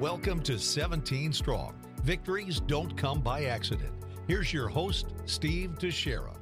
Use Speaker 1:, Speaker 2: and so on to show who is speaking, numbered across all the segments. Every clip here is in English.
Speaker 1: Welcome to 17 Strong. Victories don't come by accident. Here's your host, Steve DeShera.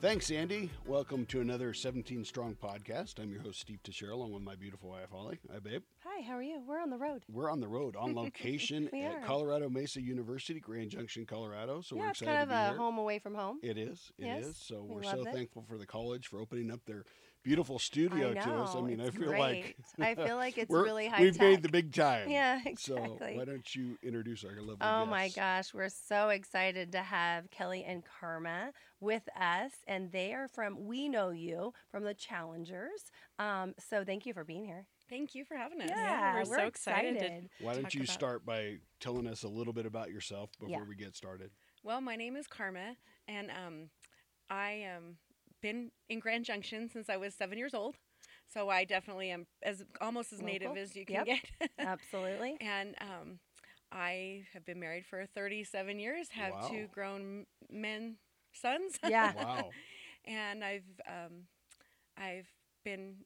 Speaker 2: Thanks, Andy. Welcome to another 17 Strong podcast. I'm your host, Steve Teixeira, along with my beautiful wife, Holly. Hi, babe.
Speaker 3: Hi, how are you? We're on the road.
Speaker 2: We're on the road, on location
Speaker 3: We
Speaker 2: at
Speaker 3: are.
Speaker 2: Colorado Mesa University, Grand Junction, Colorado. So we're
Speaker 3: yeah, it's
Speaker 2: excited
Speaker 3: kind
Speaker 2: to
Speaker 3: of
Speaker 2: be
Speaker 3: a
Speaker 2: here.
Speaker 3: home away from home.
Speaker 2: It is. It is.
Speaker 3: Yes,
Speaker 2: So
Speaker 3: we
Speaker 2: we're
Speaker 3: love
Speaker 2: so
Speaker 3: it.
Speaker 2: thankful for the college for opening up their beautiful studio
Speaker 3: I know.
Speaker 2: to us. I mean,
Speaker 3: it's
Speaker 2: I feel like
Speaker 3: great. I feel like it's
Speaker 2: we're-
Speaker 3: really high
Speaker 2: We've
Speaker 3: tech.
Speaker 2: made the big time.
Speaker 3: Yeah,
Speaker 2: So
Speaker 3: exactly.
Speaker 2: why don't you introduce our lovely
Speaker 3: Oh my
Speaker 2: guests?
Speaker 3: gosh, we're so excited to have Kelly and Karma with us, and they are from We Know You from the Challengers. Um, so thank you for being here.
Speaker 4: Thank you for having us.
Speaker 3: we're,
Speaker 4: we're, so excited. to-
Speaker 2: Why don't
Speaker 4: talk
Speaker 2: you
Speaker 4: about-
Speaker 2: start by telling us a little bit about yourself before
Speaker 3: Yeah.
Speaker 2: we get started?
Speaker 4: Well, my name is Karma, and um, I am been in Grand Junction since I was seven years old. So I definitely am as almost as native
Speaker 3: Local.
Speaker 4: as you
Speaker 3: Yep.
Speaker 4: can
Speaker 3: Uh,
Speaker 4: get.
Speaker 3: Absolutely.
Speaker 4: and um, I have been married for 37 years, have
Speaker 2: Wow.
Speaker 4: two grown men sons,
Speaker 3: Yeah.
Speaker 2: Wow.
Speaker 4: and I've um, I've been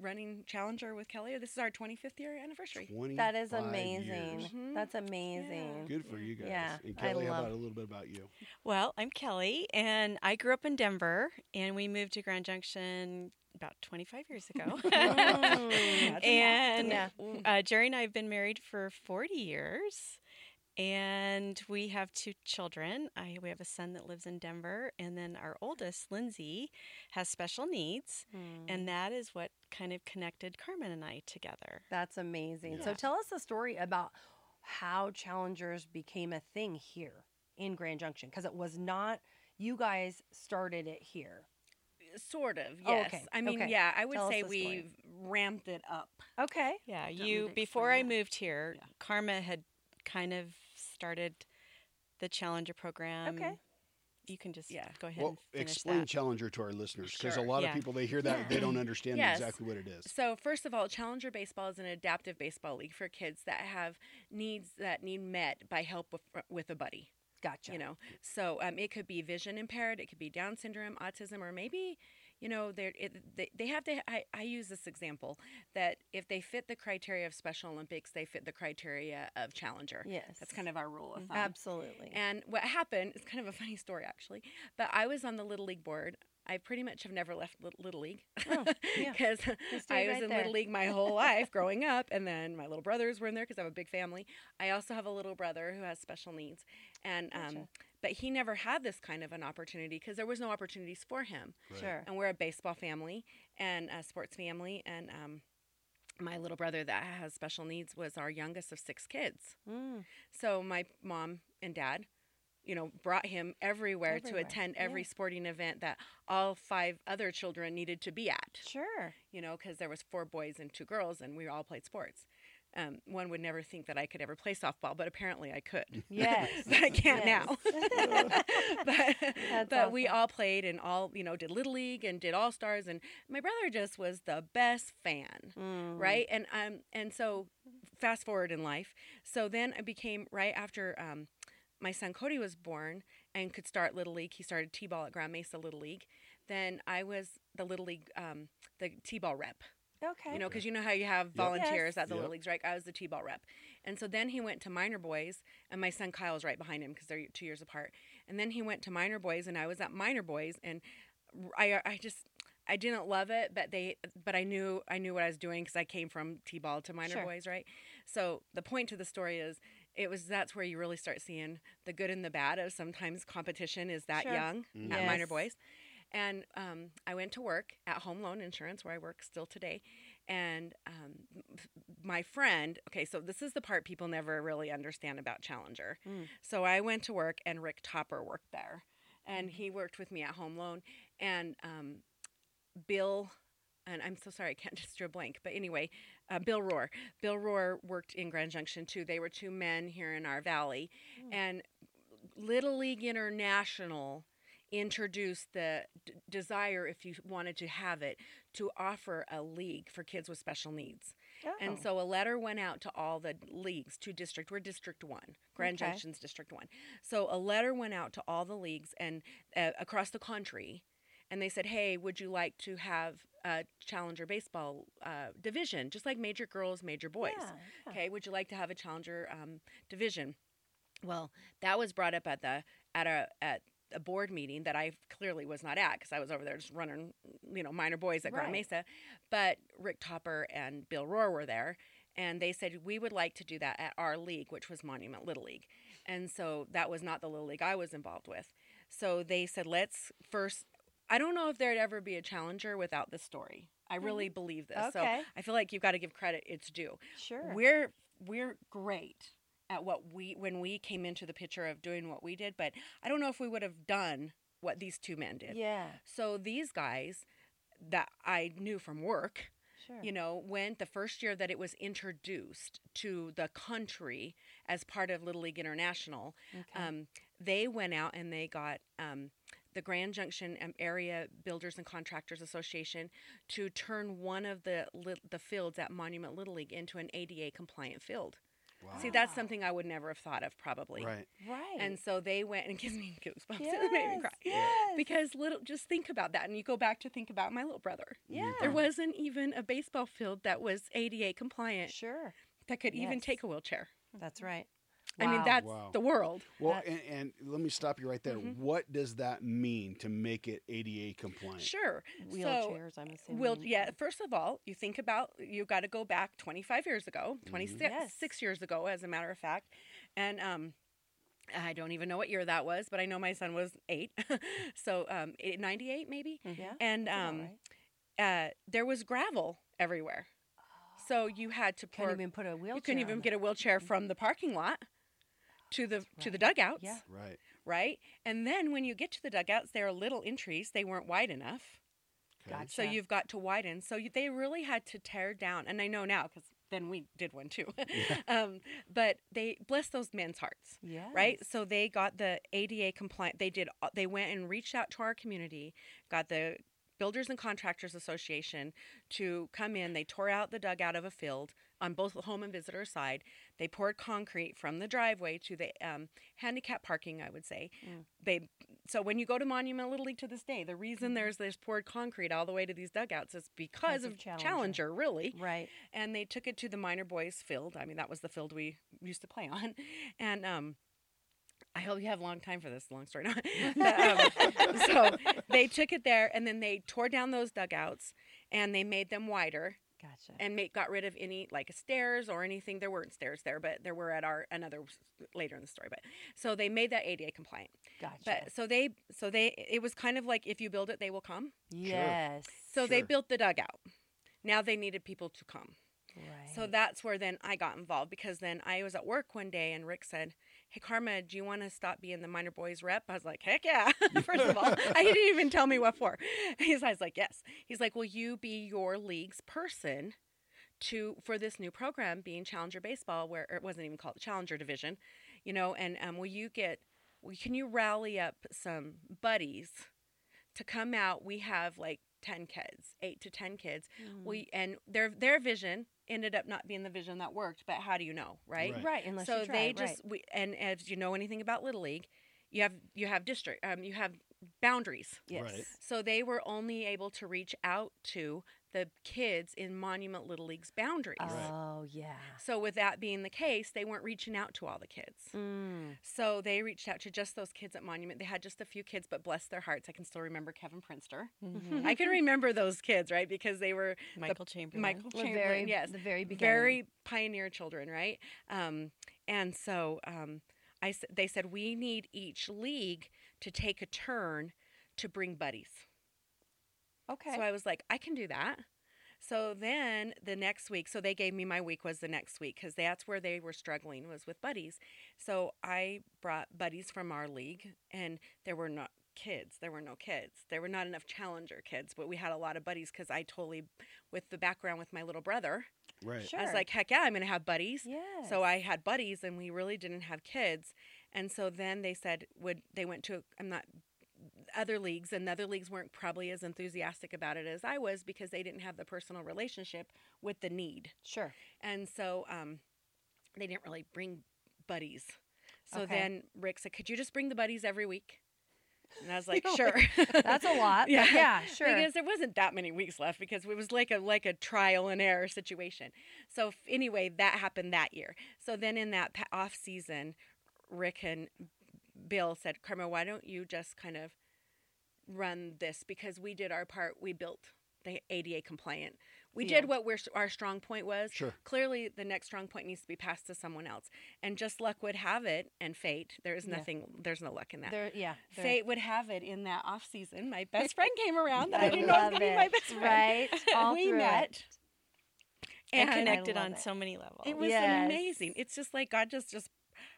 Speaker 4: running Challenger with Kelly. This is our 25th year anniversary.
Speaker 3: That is
Speaker 2: 25
Speaker 3: amazing.
Speaker 2: years.
Speaker 4: Mhm.
Speaker 3: That's amazing.
Speaker 2: Good for you guys.
Speaker 3: Yeah,
Speaker 2: And
Speaker 3: I
Speaker 2: Kelly, how
Speaker 3: love-
Speaker 2: about a little bit about you?
Speaker 5: Well, I'm Kelly, and I grew up in Denver, and we moved to Grand Junction about 25 years ago.
Speaker 3: Mm.
Speaker 5: and
Speaker 3: Yeah.
Speaker 5: uh, Jerry and I have been married for 40 years, and we have two children. I, we have a son that lives in Denver, and then our oldest, Lindsay, has special needs,
Speaker 3: Hmm.
Speaker 4: Mm.
Speaker 5: and that is what kind of connected Carmen and I together.
Speaker 3: That's amazing. So tell us a story about how Challengers became a thing here in Grand Junction because it was not you guys started it here.
Speaker 4: Sort of,
Speaker 3: Oh,
Speaker 4: yes.
Speaker 3: okay,
Speaker 4: I mean,
Speaker 3: okay.
Speaker 4: yeah, I would
Speaker 3: Tell us
Speaker 4: say
Speaker 3: the story.
Speaker 4: we've ramped it up.
Speaker 3: Okay.
Speaker 5: Yeah,
Speaker 4: Don't
Speaker 5: you
Speaker 4: need to
Speaker 5: before I
Speaker 4: explain that.
Speaker 5: moved here, Karma had kind of started the Challenger program.
Speaker 3: Okay.
Speaker 5: You can just
Speaker 4: Yeah.
Speaker 5: go ahead
Speaker 2: Well,
Speaker 5: and finish
Speaker 2: explain
Speaker 5: that.
Speaker 2: Challenger to our listeners because
Speaker 4: Sure.
Speaker 2: a lot of
Speaker 5: Yeah.
Speaker 2: people they hear that and they don't understand
Speaker 4: Yes.
Speaker 2: exactly what it is.
Speaker 4: So, first of all, Challenger Baseball is an adaptive baseball league for kids that have needs that need met by help with, uh, with a buddy.
Speaker 3: Gotcha.
Speaker 4: You know, so um, it could be vision impaired, it could be Down syndrome, autism, or maybe, you know, they're, it, they they have to. I, I use this example that if they fit the criteria of Special Olympics, they fit the criteria of Challenger.
Speaker 3: Yes. Mm-hmm.
Speaker 4: that's kind of our rule
Speaker 5: Mm-hmm.
Speaker 4: of thumb.
Speaker 3: Absolutely.
Speaker 4: And what happened is kind of a funny story, actually. But I was on the Little League board. I pretty much have never left Lit- Little League
Speaker 3: Oh, yeah.
Speaker 4: because
Speaker 3: stayed
Speaker 4: I was
Speaker 3: right
Speaker 4: in
Speaker 3: there.
Speaker 4: Little League my whole life growing up. And then my little brothers were in there because I have a big family. I also have a little brother who has special needs. And, um, but he never had this kind of an opportunity because there was no opportunities for him.
Speaker 3: Sure.
Speaker 4: And we're a baseball family and a sports family. And, um, my little brother that has special needs was our youngest of six kids.
Speaker 3: Mm,
Speaker 4: So my mom and dad, you know, brought him everywhere,
Speaker 3: Everywhere,
Speaker 4: to attend every sporting event that all five other children needed to be at.
Speaker 3: Sure.
Speaker 4: You know, because there was four boys and two girls, and we all played sports. Um, one would never think that I could ever play softball, but apparently I could.
Speaker 3: Yes.
Speaker 4: But I can't
Speaker 3: Yes.
Speaker 4: now. but but we all played and all you know did little league and did all stars and my brother just was the best fan,
Speaker 3: Mm.
Speaker 4: right? And um and so fast forward in life, so then I became right after um my son Cody was born and could start little league. He started t-ball at Grand Mesa Little League. Then I was the little league um the t-ball rep.
Speaker 3: Okay.
Speaker 4: You know, because you know how you have volunteers
Speaker 3: Yes.
Speaker 4: at the
Speaker 2: Yep.
Speaker 4: Little Leagues, right? I was the T-ball rep. And so then he went to minor boys, and my son Kyle's right behind him because they're two years apart. And then he went to minor boys, and I was at minor boys, and I, uh, I just, I didn't love it, but they, but I knew, I knew what I was doing because I came from T-ball to minor
Speaker 3: Sure.
Speaker 4: boys, right? So the point to the story is, it was that's where you really start seeing the good and the bad of sometimes competition is that
Speaker 3: Sure.
Speaker 4: young at minor
Speaker 3: Yes.
Speaker 4: boys. And um, I went to work at Home Loan Insurance, where I work still today. And um, my friend, okay, so this is the part people never really understand about Challenger. So I went to work, and Rick Topper worked there, and he worked with me at Home Loan. And um, Bill, and I'm so sorry, I can't just draw a blank, but anyway, uh, Bill Rohr. Bill Rohr worked in Grand Junction too. They were two men here in our valley. And Little League International introduced the d- desire, if you wanted to have it, to offer a league for kids with special needs. And
Speaker 3: Oh.
Speaker 4: so a letter went out to all the leagues, to district, we're District 1, Grand
Speaker 3: Okay.
Speaker 4: Junction's District 1. So a letter went out to all the leagues and uh, across the country and they said, "Hey, would you like to have uh, Challenger baseball uh, division, just like major girls, major boys.
Speaker 3: Yeah, yeah.
Speaker 4: Okay, would you like to have a Challenger um, division? Well, that was brought up at the at a at a board meeting that I clearly was not at because I was over there just running, you know, minor boys at Grand
Speaker 3: Right.
Speaker 4: Mesa. But Rick Topper and Bill Rohr were there, and they said we would like to do that at our league, which was Monument Little League, and so that was not the little league I was involved with. So they said, let's first. I don't know if there'd ever be a challenger without this story. I really believe this. So
Speaker 3: Hmm. Okay.
Speaker 4: I feel like you've got to give credit its due
Speaker 3: Sure.
Speaker 4: we're we're great at what we when we came into the picture of doing what we did but i don't know if we would have done what these two men did
Speaker 3: yeah.
Speaker 4: so these guys that i knew from work
Speaker 3: Sure.
Speaker 4: you know went the first year that it was introduced to the country as part of little league international
Speaker 3: Okay.
Speaker 4: um, they went out and they got um, the grand junction um, area builders and contractors association to turn one of the lit the fields at monument little league into an ada compliant field see that's something i would never have thought of probably
Speaker 2: Right.
Speaker 3: Ah. right.
Speaker 4: and so they went and it gives me goosebumps
Speaker 3: yes,
Speaker 4: it made me cry
Speaker 3: Yes.
Speaker 4: because little just think about that and you go back to think about my little brother
Speaker 3: yeah.
Speaker 4: there wasn't even a baseball field that was ADA compliant
Speaker 3: Sure.
Speaker 4: that could even
Speaker 3: Yes.
Speaker 4: take a wheelchair.
Speaker 3: That's right.
Speaker 4: I mean,
Speaker 3: Wow.
Speaker 4: that's
Speaker 2: Wow.
Speaker 4: the world.
Speaker 2: Well,
Speaker 3: That-
Speaker 2: and, and let me stop you right there. What does that mean to make it ADA compliant?
Speaker 4: Sure. So,
Speaker 3: Wheelchairs, I'm assuming.
Speaker 4: will yeah, first of all, you think about you got to go back 25 years ago, 26
Speaker 3: Mm-hmm. Yes.
Speaker 4: six years ago as a matter of fact. And um I don't even know what year that was, but I know my son was 8. so um eight- 98 maybe.
Speaker 3: Yeah.
Speaker 4: And
Speaker 3: that's about
Speaker 4: um
Speaker 3: right.
Speaker 4: uh there was gravel everywhere. So you had to pour
Speaker 3: Oh, couldn't even put a wheelchair. Mm-hmm.
Speaker 4: you couldn't even get a wheelchair from the parking lot to the to the
Speaker 3: right.
Speaker 4: dugouts,
Speaker 3: Yeah.
Speaker 2: Right.
Speaker 4: right? And then when you get to the dugouts, there are little entries; they weren't wide enough,
Speaker 3: Gotcha.
Speaker 4: so you've got to widen. So you, they really had to tear down, and I know now because then we did one too. um, but they bless those men's hearts,
Speaker 3: yeah.
Speaker 4: right? So they got the ADA compliant. They did. They went and reached out to our community, got the Builders and Contractors Association to come in. They tore out the dugout of a field on both the home and visitor side. They poured concrete from the driveway to the um, handicap parking. I would say
Speaker 3: Mm.
Speaker 4: they. So when you go to Monument Little League to this day, the
Speaker 3: Mm-hmm.
Speaker 4: reason there's this poured concrete all the way to these dugouts is because
Speaker 3: of
Speaker 4: of
Speaker 3: Challenger.
Speaker 4: Challenger, really
Speaker 3: Right.
Speaker 4: and they took it to the minor boys field. I mean, that was the field we used to play on, and um, I hope you have a long time for this long story. But, um, so they took it there, and then they tore down those dugouts, and they made them wider,
Speaker 3: Gotcha.
Speaker 4: and make, got rid of any like stairs or anything. There weren't stairs there, but there were at our another later in the story. But so they made that ADA compliant.
Speaker 3: gotcha.
Speaker 4: But so they so they it was kind of like if you build it, they will come.
Speaker 3: yes.
Speaker 4: So they
Speaker 2: Sure.
Speaker 4: built the dugout. Now they needed people to come.
Speaker 3: Right.
Speaker 4: So that's where then I got involved because then I was at work one day and Rick said, Hey, Karma, do you want to stop being the minor boys rep? I was like, Heck yeah. First of all, I didn't even tell me what for. He's, I was like, Yes. He's like, Will you be your league's person? To for this new program being Challenger Baseball, where or it wasn't even called Challenger Division, you know, and um, will you get, will, can you rally up some buddies to come out? We have like ten kids, eight to ten kids,
Speaker 3: Hmm. Mm.
Speaker 4: we and their their vision ended up not being the vision that worked but how do you know right,
Speaker 2: Right.
Speaker 3: right. Unless
Speaker 4: so
Speaker 3: you try,
Speaker 4: they
Speaker 3: right.
Speaker 4: just we, and if you know anything about little league you have you have district um, you have boundaries
Speaker 3: yes.
Speaker 2: Right.
Speaker 4: so they were only able to reach out to the kids in monument little league's boundaries
Speaker 2: Right.
Speaker 3: Oh yeah.
Speaker 4: so with that being the case they weren't reaching out to all the kids
Speaker 3: Mm.
Speaker 4: so they reached out to just those kids at Monument. They had just a few kids, but bless their hearts, I can still remember Kevin Prinster.
Speaker 2: Mm-hmm.
Speaker 4: I can remember those kids, right? Because they were the-
Speaker 5: Michael Chamberlain.
Speaker 4: Michael
Speaker 3: The
Speaker 4: Chamberlain,
Speaker 3: very
Speaker 4: yes,
Speaker 3: the very beginning.
Speaker 4: very pioneer children, right? Um, and so um, I s- they said we need each league to take a turn to bring buddies.
Speaker 3: okay.
Speaker 4: So I was like, I can do that. So then the next week, so they gave me my week was the next week because that's where they were struggling was with buddies. So I brought buddies from our league, and there were not kids. There were no kids. There were not enough challenger kids, but we had a lot of buddies because I totally, with the background with my little brother,
Speaker 2: Right.
Speaker 4: I was
Speaker 3: Sure.
Speaker 4: like, heck yeah, I'm going to have buddies.
Speaker 3: yes.
Speaker 4: So I had buddies, and we really didn't have kids. And so then they said, would they went to? I'm not other leagues, and other leagues weren't probably as enthusiastic about it as I was because they didn't have the personal relationship with the need.
Speaker 3: sure.
Speaker 4: And so um, they didn't really bring buddies. So
Speaker 3: Okay.
Speaker 4: then Rick said, could you just bring the buddies every week? And I was like,
Speaker 3: You're
Speaker 4: sure.
Speaker 3: like, That's a lot. Yeah, yeah sure.
Speaker 4: Because there wasn't that many weeks left because it was like a like a trial and error situation. So f- anyway, that happened that year. So then in that pa- off season, Rick and Bill said, "Karma, why don't you just kind of run this because we did our part. We built the ADA compliant. We
Speaker 3: Yeah.
Speaker 4: did what we're, our strong point was.
Speaker 2: Sure.
Speaker 4: Clearly, the next strong point needs to be passed to someone else. And just luck would have it, and fate. There is
Speaker 3: Yeah.
Speaker 4: nothing. There's no luck in that.
Speaker 3: There- yeah. there-
Speaker 4: Fate would have it in that off season. My best friend came around that I,
Speaker 3: I
Speaker 4: didn't know was
Speaker 3: love
Speaker 4: gonna be my
Speaker 3: it.
Speaker 4: best friend.
Speaker 3: Right? All
Speaker 4: we
Speaker 3: through it.
Speaker 4: met.
Speaker 5: and
Speaker 4: And
Speaker 5: connected
Speaker 3: love
Speaker 5: on
Speaker 3: it.
Speaker 5: so many levels.
Speaker 4: it was
Speaker 3: Yes.
Speaker 4: amazing. It's just like God just just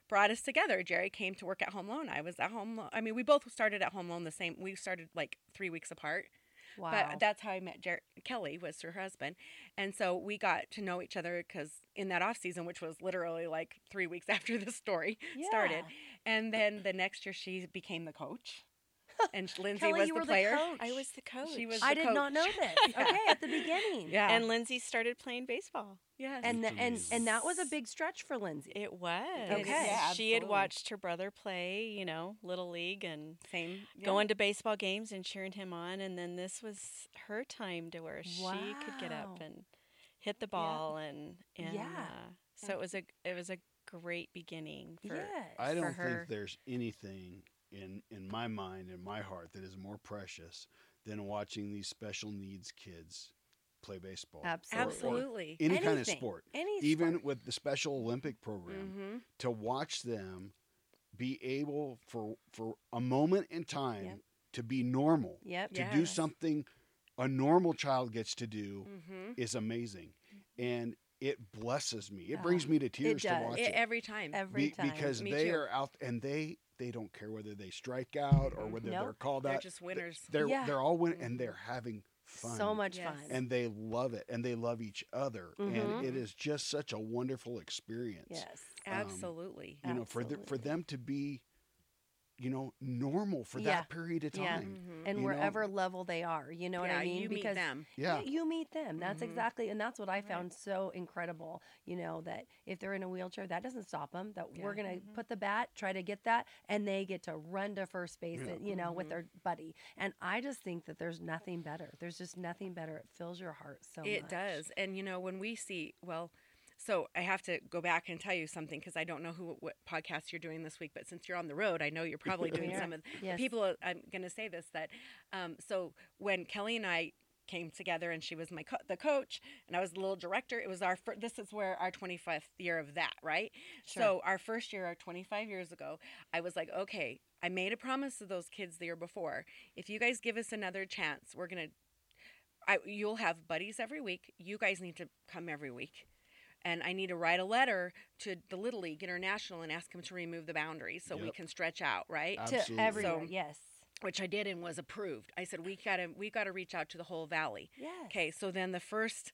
Speaker 4: brought us together. Jerry came to work at Home Loan. I was at Home Loan. I mean, we both started at Home Loan the same. We started like three weeks apart.
Speaker 3: Wow.
Speaker 4: But that's how I met Jer- Kelly was her husband, and so we got to know each other because in that off season, which was literally like three weeks after the story started, and then the next year she became the coach, and Lindsay
Speaker 3: Kelly,
Speaker 4: was
Speaker 3: you
Speaker 4: the
Speaker 3: were
Speaker 4: player.
Speaker 3: the coach.
Speaker 5: I was the coach.
Speaker 4: She was-
Speaker 3: I
Speaker 4: the
Speaker 3: did not know
Speaker 4: coach.
Speaker 3: this.
Speaker 4: Yeah.
Speaker 3: Okay, at the beginning.
Speaker 4: yeah,
Speaker 5: and Lindsay started playing baseball.
Speaker 4: yes,
Speaker 3: And the, and and that was a
Speaker 5: Yes.
Speaker 3: big stretch for Lindsay.
Speaker 5: It was.
Speaker 4: Okay. Yeah,
Speaker 5: she had
Speaker 4: absolutely.
Speaker 5: watched her brother play, you know, little league and
Speaker 4: same yeah.
Speaker 5: going to baseball games and cheering him on and then this was her time to where she could get
Speaker 3: Wow.
Speaker 5: up and hit the ball and and
Speaker 3: Yeah.
Speaker 5: uh, so it was a it was a great beginning for
Speaker 3: yes.
Speaker 2: I
Speaker 5: for
Speaker 2: don't
Speaker 5: her.
Speaker 2: think there's anything in in my mind in my heart that is more precious than watching these special needs kids play baseball. or- or
Speaker 4: absolutely.
Speaker 2: Any kind of
Speaker 3: Anything.
Speaker 2: sport.
Speaker 3: Any
Speaker 2: Even
Speaker 3: sport.
Speaker 2: with the Special Olympic program,
Speaker 4: Mm-hmm.
Speaker 2: to watch them be able for for a moment in time
Speaker 3: Yep.
Speaker 2: to be normal,
Speaker 3: Yep.
Speaker 2: to do something a normal child gets to do
Speaker 4: Mm-hmm.
Speaker 2: is amazing, and it blesses me. It
Speaker 3: Oh,
Speaker 2: brings me to tears to
Speaker 3: does.
Speaker 2: watch
Speaker 4: It,
Speaker 2: it.
Speaker 4: E, every time.
Speaker 3: Every
Speaker 2: Be-
Speaker 3: time.
Speaker 2: because
Speaker 4: Me
Speaker 2: they
Speaker 4: too.
Speaker 2: are out and they they don't care whether they strike out or
Speaker 4: Mhm.
Speaker 2: whether
Speaker 3: Nope.
Speaker 2: they're called
Speaker 4: They're
Speaker 2: out.
Speaker 4: just winners.
Speaker 2: They're
Speaker 3: Yeah.
Speaker 2: they're all winning
Speaker 4: Mhm.
Speaker 2: and they're having fun.
Speaker 3: so much
Speaker 4: Yes.
Speaker 3: fun.
Speaker 2: And they love it and they love each other
Speaker 3: Mhm.
Speaker 2: and it is just such a wonderful experience.
Speaker 3: yes.
Speaker 4: Mm-hmm. Absolutely.
Speaker 2: You know, for um, the, for
Speaker 3: Absolutely.
Speaker 2: them to be, you know, normal for
Speaker 3: Yeah.
Speaker 2: that period of
Speaker 3: Yeah.
Speaker 2: time.
Speaker 4: Mhm.
Speaker 3: And
Speaker 2: you know-
Speaker 3: wherever level they are, you know what
Speaker 4: Yeah,
Speaker 3: I mean?
Speaker 4: you meet
Speaker 3: because
Speaker 4: them.
Speaker 2: Yeah.
Speaker 3: Yeah, you meet them. That's
Speaker 4: Mhm.
Speaker 3: exactly, and that's what I
Speaker 4: Right.
Speaker 3: found so incredible. You know that if they're in a wheelchair, that doesn't stop them. That we're
Speaker 4: Yeah.
Speaker 3: gonna
Speaker 5: Mhm.
Speaker 3: put the bat, try to get that, and they get to run to first base.
Speaker 2: Yeah.
Speaker 3: And, you know, with
Speaker 4: Mhm.
Speaker 3: their buddy. And I just think that there's nothing better. There's just nothing better. It fills your heart so much.
Speaker 4: it does. And you know, when we see, well, so I have to go back and tell you something because I don't know who what podcast you're doing this week, but since you're on the road, I know you're probably doing
Speaker 3: Yeah.
Speaker 4: some of the
Speaker 3: Yes.
Speaker 4: people. are- I'm going to say this that um, so when Kelly and I came together and she was my co- the coach and I was the little director, it was our fir- this is where our 25th year of that, right? So our first year, our 25 years ago, I was like, okay, I made a promise to those kids the year before. If you guys give us another chance, we're gonna, I, you'll have buddies every week. You guys need to come every week, and I need to write a letter to the Little League International and ask them to remove the boundaries so we
Speaker 2: Yep.
Speaker 4: can stretch out, right?
Speaker 3: to
Speaker 2: Absolutely.
Speaker 3: everywhere.
Speaker 4: So-
Speaker 3: yes.
Speaker 4: Which I did and was approved. I said we gotta we gotta reach out to the whole valley.
Speaker 3: Yes.
Speaker 4: Okay, so then the first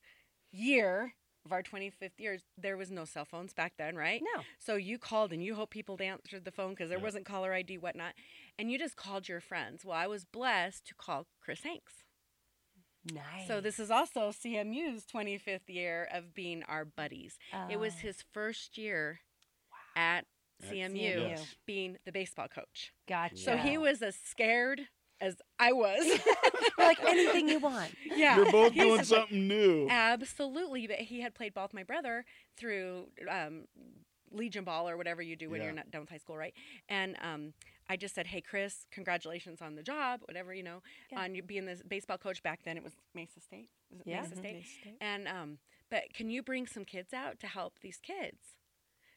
Speaker 4: year of our 25th years, there was no cell phones back then, right?
Speaker 3: No.
Speaker 4: So you called and you hope people answered the phone because there
Speaker 2: Yeah.
Speaker 4: wasn't caller ID, whatnot, and you just called your friends. Well, I was blessed to call Chris Hanks.
Speaker 3: Nice.
Speaker 4: So this is also CMU's 25th year of being our buddies. It was
Speaker 3: Oh.
Speaker 4: his first year at
Speaker 2: At
Speaker 4: CMU
Speaker 3: CMU.
Speaker 2: Yes.
Speaker 4: being the baseball coach.
Speaker 3: Ah, Gotcha.
Speaker 4: So he was as scared as I was.
Speaker 3: We're like anything you want.
Speaker 4: yeah.
Speaker 2: You're both
Speaker 4: He's
Speaker 2: doing
Speaker 4: just like,
Speaker 2: something new.
Speaker 4: Absolutely, but he had played ball with my brother through um, Legion Ball or whatever you do when you're
Speaker 2: Yeah.
Speaker 4: not done with high school, right? And um, I just said, "Hey, Chris, congratulations on the job, whatever you know,
Speaker 3: Yeah.
Speaker 4: on you being the baseball coach back then. It was Mesa State, was it
Speaker 3: Yeah.
Speaker 4: Mesa State?
Speaker 5: Missed it.
Speaker 4: And um, but can you bring some kids out to help these kids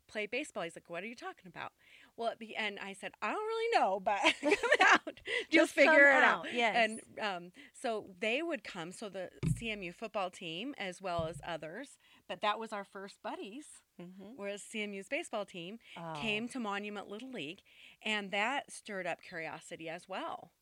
Speaker 4: play baseball? He's like, what are you talking about? Well, at the end, I said, I don't really know, but come out, just,
Speaker 3: come
Speaker 4: figure it out.
Speaker 3: out, yes.
Speaker 4: And um, so they would come. So the CMU football team, as well as others, but that was our first buddies.
Speaker 5: Mhm.
Speaker 4: Whereas CMU's baseball team
Speaker 3: Oh.
Speaker 4: came to Monument Little League, and that stirred up curiosity as well.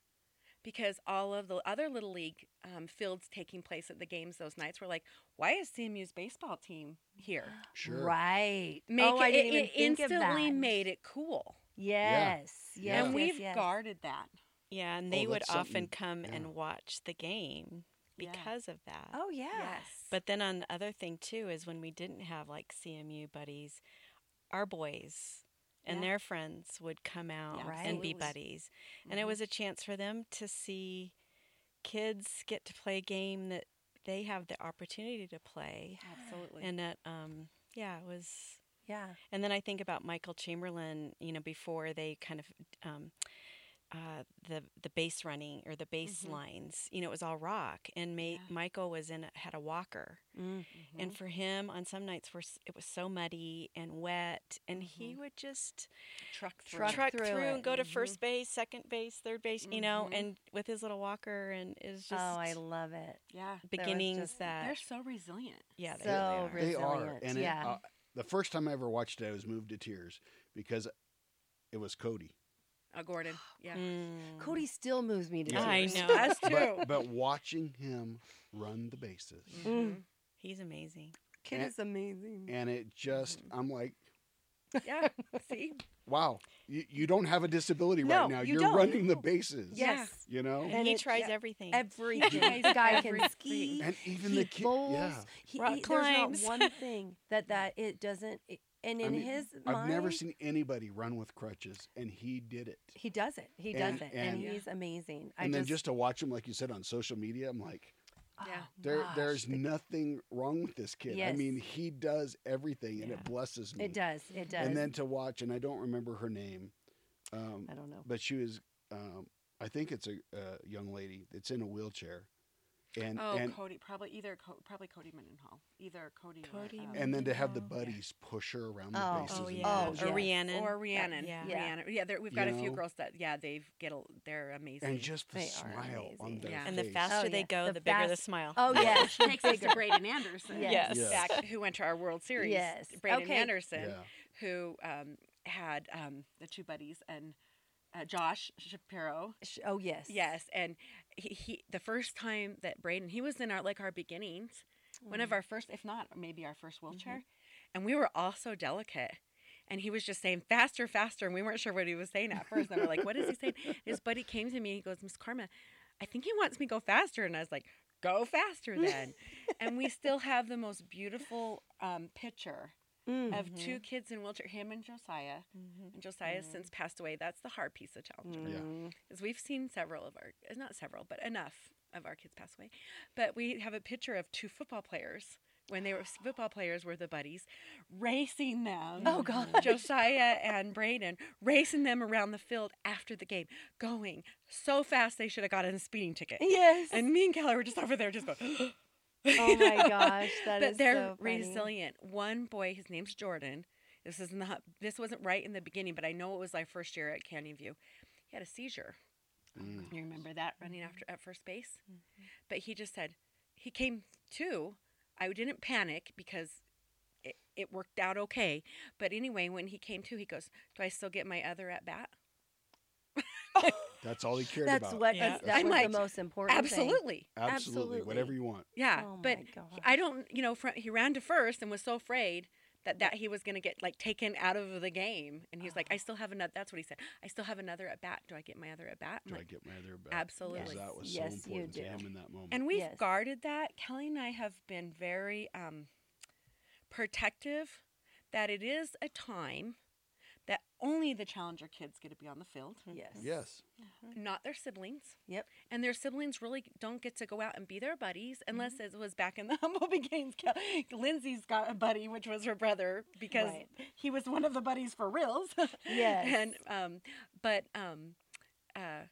Speaker 4: Because all of the other Little League um, fields taking place at the games those nights were like, why is CMU's baseball team here?
Speaker 2: Sure.
Speaker 3: Right.
Speaker 4: Make
Speaker 3: oh, I
Speaker 4: it,
Speaker 3: didn't
Speaker 4: it
Speaker 3: even think
Speaker 4: instantly
Speaker 3: of that.
Speaker 4: made it cool.
Speaker 3: Yes.
Speaker 2: Yeah.
Speaker 3: Yes.
Speaker 4: and
Speaker 3: yes,
Speaker 4: we've
Speaker 3: yes.
Speaker 4: guarded that.
Speaker 5: Yeah, and
Speaker 2: Oh,
Speaker 5: they would
Speaker 2: that's something-
Speaker 5: often come
Speaker 2: yeah.
Speaker 5: and watch the game
Speaker 4: Yeah.
Speaker 5: because of that.
Speaker 3: Oh yeah.
Speaker 4: Yes.
Speaker 5: But then on the other thing too is when we didn't have like CMU buddies, our boys and
Speaker 3: Yeah.
Speaker 5: their friends would come out
Speaker 3: Right.
Speaker 5: and be
Speaker 3: Absolutely.
Speaker 5: buddies. And
Speaker 3: Mm-hmm.
Speaker 5: it was a chance for them to see kids get to play a game that they have the opportunity to play.
Speaker 4: Absolutely.
Speaker 5: And that, um, yeah, it was
Speaker 3: Yeah.
Speaker 5: and then I think about Michael Chamberlain. You know, before they kind of um, uh, the the bass running or the bass
Speaker 3: Mm-hmm.
Speaker 5: lines. You know, it was all rock, and Ma- Michael was in had a walker,
Speaker 3: Mm. Mm-hmm.
Speaker 5: and for him on some nights where s- it was so muddy and wet, and he would just
Speaker 4: truck through.
Speaker 3: Mm-hmm. Truck
Speaker 5: truck
Speaker 3: through
Speaker 5: through,
Speaker 3: it. Mm-hmm.
Speaker 5: and go to first base, second base, third base. You know, and with his little walker, and is just
Speaker 3: oh, I love it.
Speaker 4: Yeah.
Speaker 5: beginnings
Speaker 3: just-
Speaker 5: that
Speaker 4: They're so resilient.
Speaker 5: yeah, they
Speaker 3: so
Speaker 5: really are.
Speaker 2: They are,
Speaker 3: Resilient,
Speaker 2: and it,
Speaker 3: yeah.
Speaker 2: uh, the first time I ever watched it, I was moved to tears because it was Cody.
Speaker 4: Uh, Gordon. Yeah.
Speaker 5: Mm.
Speaker 3: Cody still moves me to
Speaker 2: Yeah.
Speaker 5: I
Speaker 3: tears.
Speaker 5: know.
Speaker 4: Us too.
Speaker 2: But, but watching him run the bases,
Speaker 3: Mm-hmm.
Speaker 4: Mhm.
Speaker 5: He's amazing.
Speaker 3: Kid is amazing.
Speaker 2: and it just,
Speaker 3: Mm-hmm.
Speaker 2: I'm like,
Speaker 4: Yeah. See?
Speaker 2: wow, you, you don't have a disability
Speaker 3: No,
Speaker 2: right now.
Speaker 3: you
Speaker 2: are
Speaker 3: don't.
Speaker 2: running the bases.
Speaker 4: Yeah.
Speaker 3: Yes.
Speaker 2: You know?
Speaker 5: And,
Speaker 3: And
Speaker 5: he
Speaker 3: it-
Speaker 5: tries
Speaker 4: yeah,
Speaker 5: everything.
Speaker 3: Everything. This guy can
Speaker 4: Everything.
Speaker 3: ski.
Speaker 2: And even
Speaker 3: he
Speaker 2: the kid.
Speaker 3: bowls.
Speaker 2: Yeah.
Speaker 3: He,
Speaker 5: Rock
Speaker 3: he- There's
Speaker 5: climbs.
Speaker 3: not one thing that that it doesn't. It, and
Speaker 2: I
Speaker 3: in
Speaker 2: mean,
Speaker 3: his
Speaker 2: I've
Speaker 3: mind,
Speaker 2: never seen anybody run with crutches, and he did it.
Speaker 3: he does it. He does
Speaker 2: And-
Speaker 3: it,
Speaker 2: and-
Speaker 3: and, he's amazing. I
Speaker 2: And then
Speaker 3: just,
Speaker 2: just to watch him, like you said, on social media, I'm like,
Speaker 3: oh,
Speaker 4: Yeah.
Speaker 2: there,
Speaker 3: gosh.
Speaker 2: there's nothing wrong with this kid. I
Speaker 3: Yes.
Speaker 2: mean, he does everything, and
Speaker 5: Yeah.
Speaker 2: it blesses me.
Speaker 3: It does. It does.
Speaker 2: And then to watch, and I don't remember her name, um,
Speaker 3: I don't know.
Speaker 2: but she was, um, I think it's a, a young lady that's in a wheelchair, and
Speaker 4: Oh,
Speaker 2: and
Speaker 4: Cody. Probably either Co- probably Cody Mendenhall. Either Cody.
Speaker 5: Cody
Speaker 4: or, um,
Speaker 2: and then to have the
Speaker 5: Wow. Yeah.
Speaker 2: buddies push her around
Speaker 3: Oh.
Speaker 2: the bases.
Speaker 5: Oh
Speaker 2: and
Speaker 5: yeah,
Speaker 3: Oh,
Speaker 2: watch
Speaker 5: or
Speaker 3: yeah.
Speaker 2: her.
Speaker 5: Rhiannon.
Speaker 4: Or Rhiannon.
Speaker 5: Yeah.
Speaker 3: Yeah.
Speaker 4: Rhiannon. Yeah. there- we've
Speaker 2: You
Speaker 4: got a few
Speaker 2: know?
Speaker 4: girls that yeah they've get a, they're amazing.
Speaker 2: and just the
Speaker 3: They are
Speaker 2: smile on
Speaker 3: amazing.
Speaker 2: their
Speaker 4: Yeah.
Speaker 5: And the
Speaker 2: face.
Speaker 5: faster
Speaker 3: Oh,
Speaker 5: they
Speaker 3: yeah.
Speaker 5: go,
Speaker 3: The
Speaker 5: the, bigger the
Speaker 3: fast-
Speaker 5: smile.
Speaker 3: oh yeah,
Speaker 4: Which takes us to Braden Anderson.
Speaker 3: Yes.
Speaker 2: Yes.
Speaker 4: Back, who went to our World Series.
Speaker 3: Yes.
Speaker 4: Braden
Speaker 3: Okay.
Speaker 4: Anderson,
Speaker 2: Yeah.
Speaker 4: who um, had um, the two buddies and uh, Josh Shapiro.
Speaker 3: Sh- oh yes,
Speaker 4: Yes, and he, he the first time that Braden he was in our like our beginnings, one of our first, if not maybe our first wheelchair, and we were all so delicate. And he was just saying faster, faster, and we weren't sure what he was saying at first. And we're like, "What is he saying?" And his buddy came to me and he goes, "Miss Karma, I think he wants me to go faster." And I was like, "Go faster then." and we still have the most beautiful um, picture
Speaker 3: Mm.
Speaker 4: of two kids in wheelchair, him and Josiah.
Speaker 5: Mm-hmm.
Speaker 4: And Josiah has since passed away. That's the hard piece of Challenger
Speaker 3: Mm.
Speaker 2: Yeah.
Speaker 4: is we've seen several of our uh, not several but enough of our kids pass away but we have a picture of two football players when they were football players were the buddies racing them
Speaker 3: Oh, gosh.
Speaker 4: josiah and braden racing them around the field after the game going so fast they should have gotten a speeding ticket
Speaker 3: Yes.
Speaker 4: and me and kelly were just over there just going
Speaker 3: oh my gosh, that is
Speaker 4: but they're
Speaker 3: so funny.
Speaker 4: resilient. One boy, his name's Jordan. This is not. This wasn't right in the beginning, but I know it was my first year at Canyon View. He had a seizure.
Speaker 2: Mm.
Speaker 4: You remember that running after at first base,
Speaker 3: Mm-hmm.
Speaker 4: but he just said he came to. I didn't panic because it, it worked out okay. But anyway, when he came to, he goes, "Do I still get my other at bat?"
Speaker 2: That's all he cared
Speaker 3: That's
Speaker 2: about.
Speaker 3: what.
Speaker 5: Yeah.
Speaker 3: That's,
Speaker 4: I'm
Speaker 3: that was
Speaker 4: like,
Speaker 3: the most important. thing.
Speaker 4: Absolutely.
Speaker 2: absolutely, whatever
Speaker 3: absolutely.
Speaker 2: you want.
Speaker 4: Yeah,
Speaker 3: Oh
Speaker 4: but
Speaker 3: my
Speaker 4: he- I
Speaker 3: gosh.
Speaker 4: don't, you know, fr- he ran to first and was so afraid that that he was going to get like taken out of the game, and he's like,
Speaker 3: Ah.
Speaker 4: "I still have another." That's what he said. I still have another at bat. Do I get my other at bat? I'm
Speaker 2: Do I
Speaker 4: like,
Speaker 2: get my other back?
Speaker 4: Absolutely.
Speaker 2: Because that was
Speaker 3: Yes,
Speaker 2: so
Speaker 3: you
Speaker 2: important to
Speaker 3: do.
Speaker 2: him in that moment.
Speaker 4: and we've
Speaker 3: Yes.
Speaker 4: guarded that. Kelly and I have been very um, protective that it is a time that only the challenger kids get to be on the field,
Speaker 3: Yes.
Speaker 2: yes,
Speaker 4: not their siblings.
Speaker 3: Yep.
Speaker 4: and their siblings really don't get to go out and be their buddies
Speaker 3: Mm-hmm.
Speaker 4: unless it was back in the humble beginnings. Kel- Lindsay's got a buddy, which was her brother, because
Speaker 3: Right.
Speaker 4: he was one of the buddies for reals.
Speaker 3: Yes.
Speaker 4: and um, but um, uh,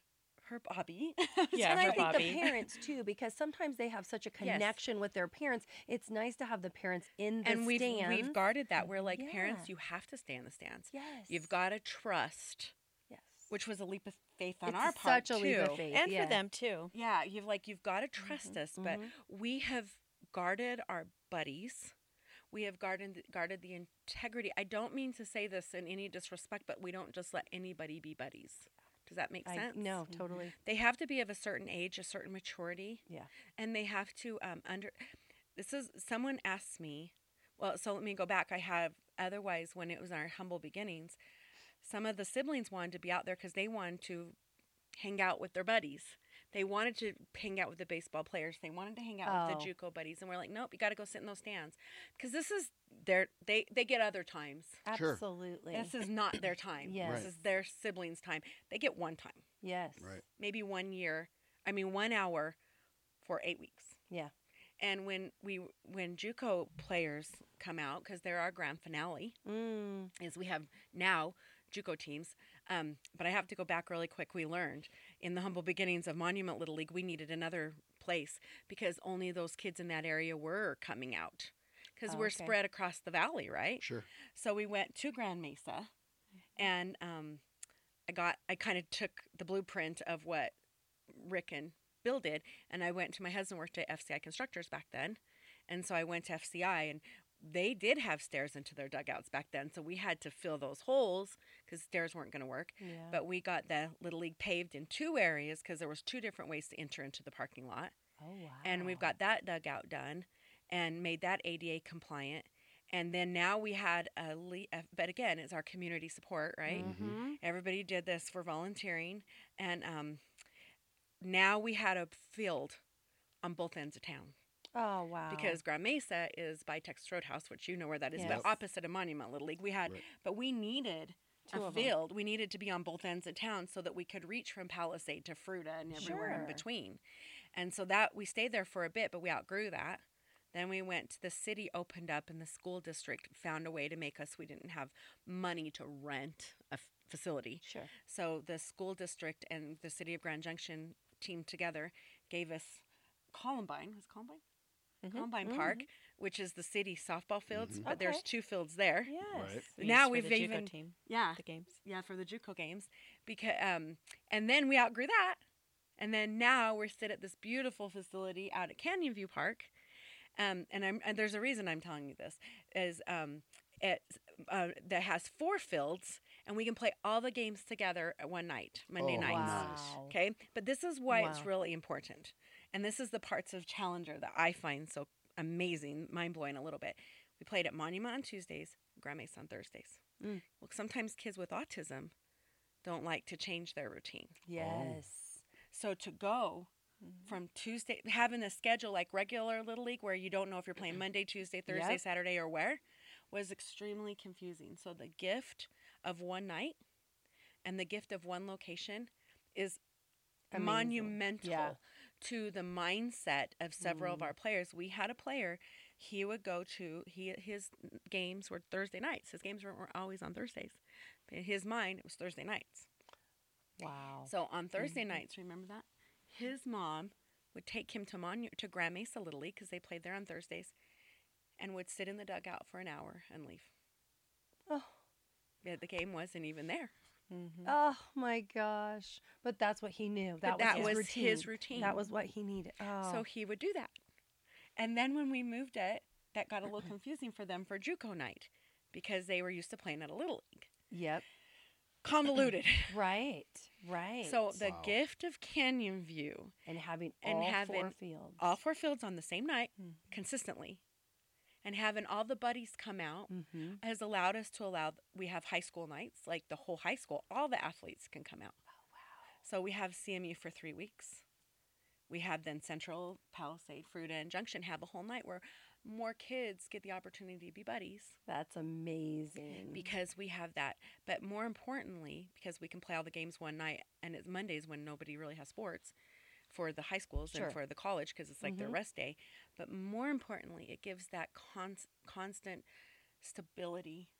Speaker 4: her Bobby.
Speaker 5: Yeah,
Speaker 3: and I
Speaker 5: her
Speaker 3: think
Speaker 5: Bobby.
Speaker 3: the parents too, because sometimes they have such a
Speaker 4: Yes.
Speaker 3: connection with their parents. It's nice to have the parents in the
Speaker 4: and we've
Speaker 3: stands.
Speaker 4: we've guarded that. We're like parents,
Speaker 3: Yeah.
Speaker 4: you have to stay in the stands.
Speaker 3: Yes.
Speaker 4: You've got to trust,
Speaker 3: Yes.
Speaker 4: which was a leap of faith on
Speaker 3: It's
Speaker 4: our part
Speaker 3: such a
Speaker 4: too.
Speaker 3: leap of faith. Mm-hmm,
Speaker 5: And
Speaker 3: yeah.
Speaker 5: for them too.
Speaker 4: Yeah, you've like you've got to trust us, but we have guarded our buddies. We have guarded guarded the integrity. I don't mean to say this in any disrespect, but we don't just let anybody be buddies. Does that make
Speaker 3: I-
Speaker 4: sense? Mm-hmm.
Speaker 3: no, totally.
Speaker 4: They have to be of a certain age, a certain maturity,
Speaker 3: Yeah.
Speaker 4: and they have to um, under. This is someone asked me. Well, so let me go back. I have otherwise when it was our humble beginnings, some of the siblings wanted to be out there because they wanted to hang out with their buddies. They wanted to hang out with the baseball players. They wanted to hang out with the
Speaker 3: Oh.
Speaker 4: JUCO buddies, and we're like, nope, you got to go sit in those stands because this is their they they get other times.
Speaker 2: Sure.
Speaker 3: Absolutely.
Speaker 4: This is not their time.
Speaker 3: Yes.
Speaker 2: Right.
Speaker 4: This is their siblings' time. They get one time,
Speaker 3: yes.
Speaker 2: Right.
Speaker 4: maybe one year. I mean, one hour for eight weeks.
Speaker 3: Yeah.
Speaker 4: And when we when JUCO players come out because they're our grand finale,
Speaker 3: Mm.
Speaker 4: is we have now JUCO teams. Um, but I have to go back really quick. We learned in the humble beginnings of Monument Little League, we needed another place because only those kids in that area were coming out because
Speaker 3: Oh,
Speaker 4: we're
Speaker 3: okay.
Speaker 4: spread across the valley, right?
Speaker 2: Sure.
Speaker 4: So we went to Grand Mesa, and um, I got I kind of took the blueprint of what Rick and Bill did, and I went to my husband worked at FCI Constructors back then, and so I went to FCI and they did have stairs into their dugouts back then, so we had to fill those holes because stairs weren't going to work.
Speaker 3: Yeah.
Speaker 4: But we got the little league paved in two areas because there was two different ways to enter into the parking lot
Speaker 3: oh wow.
Speaker 4: and we've got that dugout done and made that ADA compliant. And then now we had a, le- uh, but again, it's our community support, right? Mm-hmm.
Speaker 3: Mhm.
Speaker 4: Everybody did this for volunteering, and um, now we had a field on both ends of town
Speaker 3: Oh wow.
Speaker 4: because Grand Mesa is by Texas Roadhouse, which you know where that is,
Speaker 3: Yes.
Speaker 4: but opposite of Monument Little League. We had,
Speaker 2: Right.
Speaker 4: but we needed
Speaker 3: Two
Speaker 4: a
Speaker 3: of 'em.
Speaker 4: field. We needed to be on both ends of town so that we could reach from Palisade to Fruta and everywhere
Speaker 3: Sure.
Speaker 4: in between. And so that we stayed there for a bit, but we outgrew that. Then we went. The city opened up, and the school district found a way to make us. We didn't have money to rent a f- facility,
Speaker 3: Sure.
Speaker 4: so the school district and the city of Grand Junction teamed together, gave us Columbine. Was it Columbine? Columbine Park, which is the city softball fields, but there's
Speaker 3: Okay.
Speaker 4: two fields there.
Speaker 3: Yes.
Speaker 2: Right.
Speaker 5: We
Speaker 4: Now
Speaker 5: used for
Speaker 4: we've
Speaker 5: the JUCO
Speaker 4: even-
Speaker 5: team
Speaker 4: Yeah,
Speaker 5: the games.
Speaker 4: yeah, for the JUCO games, because um, and then we outgrew that, and then now we're sit at this beautiful facility out at Canyon View Park, um, and I'm and there's a reason I'm telling you this is um, it uh, that has four fields, and we can play all the games together at one night, Monday
Speaker 2: Oh,
Speaker 4: nights.
Speaker 2: nice.
Speaker 3: Wow.
Speaker 4: Okay. But this is why it's
Speaker 3: Wow.
Speaker 4: really important. And this is the parts of Challenger that I find so amazing, mind blowing a little bit. We played at Monument on Tuesdays, Grand Mesa on Thursdays.
Speaker 3: Mm.
Speaker 4: Well, sometimes kids with autism don't like to change their routine.
Speaker 3: Yes.
Speaker 4: So to go from Tuesday, having a schedule like regular Little League where you don't know if you're playing Monday, Tuesday, Thursday,
Speaker 3: Yep.
Speaker 4: Saturday, or where was extremely confusing. So the gift of one night and the gift of one location is
Speaker 3: Amazing.
Speaker 4: monumental
Speaker 3: Yeah. Mm.
Speaker 4: to the mindset of several of our players. We had a player, he would go to he his games were Thursday nights. His games weren't were always on Thursdays. In his mind, it was Thursday nights.
Speaker 3: Wow.
Speaker 4: Oh. So on Thursday nights, remember that his mom would take him to Monu- to Grand Mesa Little League because they played there on Thursdays, and would sit in the dugout for an hour and leave.
Speaker 3: Oh.
Speaker 4: Yeah, the game wasn't even there.
Speaker 5: Mm-hmm.
Speaker 3: Oh my gosh. But that's what he knew. That,
Speaker 4: But that
Speaker 3: was, his,
Speaker 4: was
Speaker 3: routine.
Speaker 4: his routine.
Speaker 3: That was what he needed. Oh.
Speaker 4: So he would do that. And then when we moved it, that got a little confusing for them for JUCO night because they were used to playing at a little league.
Speaker 3: yep.
Speaker 4: Convoluted.
Speaker 3: Right. Right.
Speaker 4: so the
Speaker 2: Wow.
Speaker 4: gift of Canyon View,
Speaker 3: and having
Speaker 4: and
Speaker 3: all four
Speaker 4: having
Speaker 3: fields.
Speaker 4: all four fields on the same night
Speaker 3: Hmm.
Speaker 4: consistently, and having all the buddies come out
Speaker 3: Mhm.
Speaker 4: has allowed us to allow we have high school nights, like the whole high school, all the athletes can come out.
Speaker 3: Oh, wow.
Speaker 4: So we have CMU for three weeks. We have then Central, Palisade, Fruta, and Junction have a whole night where more kids get the opportunity to be buddies
Speaker 3: That's amazing.
Speaker 4: because we have that. But more importantly, because we can play all the games one night and it's Mondays when nobody really has sports for the high schools
Speaker 3: Sure.
Speaker 4: and for the college because it's like their
Speaker 3: Mhm.
Speaker 4: rest day. But more importantly, it gives that cons- constant stability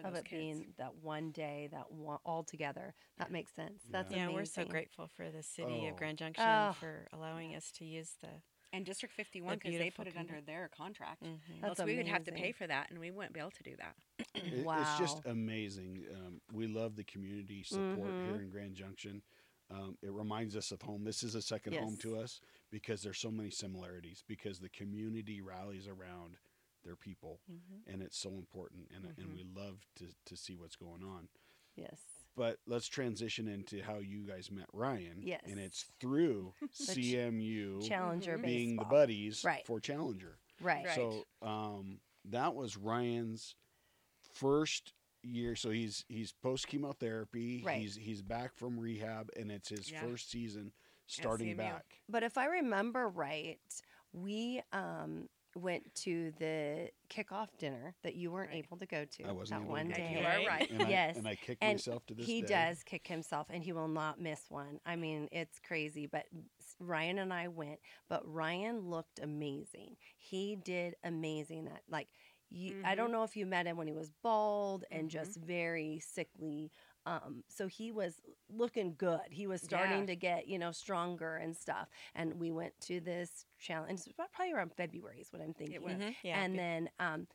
Speaker 4: for
Speaker 3: of
Speaker 4: those
Speaker 3: it
Speaker 4: kids.
Speaker 3: being that one day, that one all together. That makes sense. That's
Speaker 5: Yeah, we're so
Speaker 3: amazing.
Speaker 5: grateful for the city
Speaker 2: Oh.
Speaker 5: of Grand Junction
Speaker 3: Oh.
Speaker 5: for allowing us to use the.
Speaker 4: and District 51, because they
Speaker 5: beautiful
Speaker 4: put it
Speaker 5: combi-
Speaker 4: under their contract.
Speaker 5: Mhm.
Speaker 3: Mm-hmm. That's
Speaker 4: else we would have to pay
Speaker 3: amazing.
Speaker 4: for that, and we wouldn't be able to do that.
Speaker 2: It- It's just
Speaker 3: Wow.
Speaker 2: amazing. Um, we love the community support
Speaker 3: Mm-hmm.
Speaker 2: here in Grand Junction. Um, it reminds us of home. This is a second home
Speaker 3: Yes.
Speaker 2: to us because there's so many similarities. Because the community rallies around their people,
Speaker 5: Mm-hmm.
Speaker 2: and it's so important. And
Speaker 3: Mm-hmm.
Speaker 2: and we love to to see what's going on.
Speaker 3: Yes.
Speaker 2: But let's transition into how you guys met Ryan.
Speaker 3: Yes.
Speaker 2: and it's through
Speaker 3: ch-
Speaker 2: CMU
Speaker 3: Challenger
Speaker 2: being the
Speaker 3: baseball.
Speaker 2: buddies
Speaker 3: Right.
Speaker 2: for Challenger.
Speaker 3: Right.
Speaker 4: Mm-hmm. Right.
Speaker 2: So um, that was Ryan's first year. So he's he's post chemotherapy.
Speaker 3: Right.
Speaker 2: He's he's back from rehab, and it's his
Speaker 4: Yeah.
Speaker 2: first season starting
Speaker 4: CMU.
Speaker 2: back.
Speaker 3: But if I remember right, we um, went to the kickoff dinner that you weren't
Speaker 4: Right.
Speaker 3: able to go to.
Speaker 2: I wasn't
Speaker 3: that
Speaker 2: able to
Speaker 3: one
Speaker 2: go to
Speaker 3: day.
Speaker 4: You are right.
Speaker 2: And
Speaker 3: Yes.
Speaker 2: I, and I kick
Speaker 3: And
Speaker 2: myself to this
Speaker 3: he
Speaker 2: day.
Speaker 3: does kick himself and he will not miss one i mean it's crazy but s- ryan and i went but ryan looked amazing he did amazing that like you, i don't know if you met him when he was bald and
Speaker 4: Mhm.
Speaker 3: just very sickly um, so he was looking good he was starting
Speaker 4: Yeah.
Speaker 3: to get you know stronger and stuff and we went to this challenge it was probably around february is what i'm thinking
Speaker 4: was.
Speaker 5: Mhm, Yeah.
Speaker 3: and then um,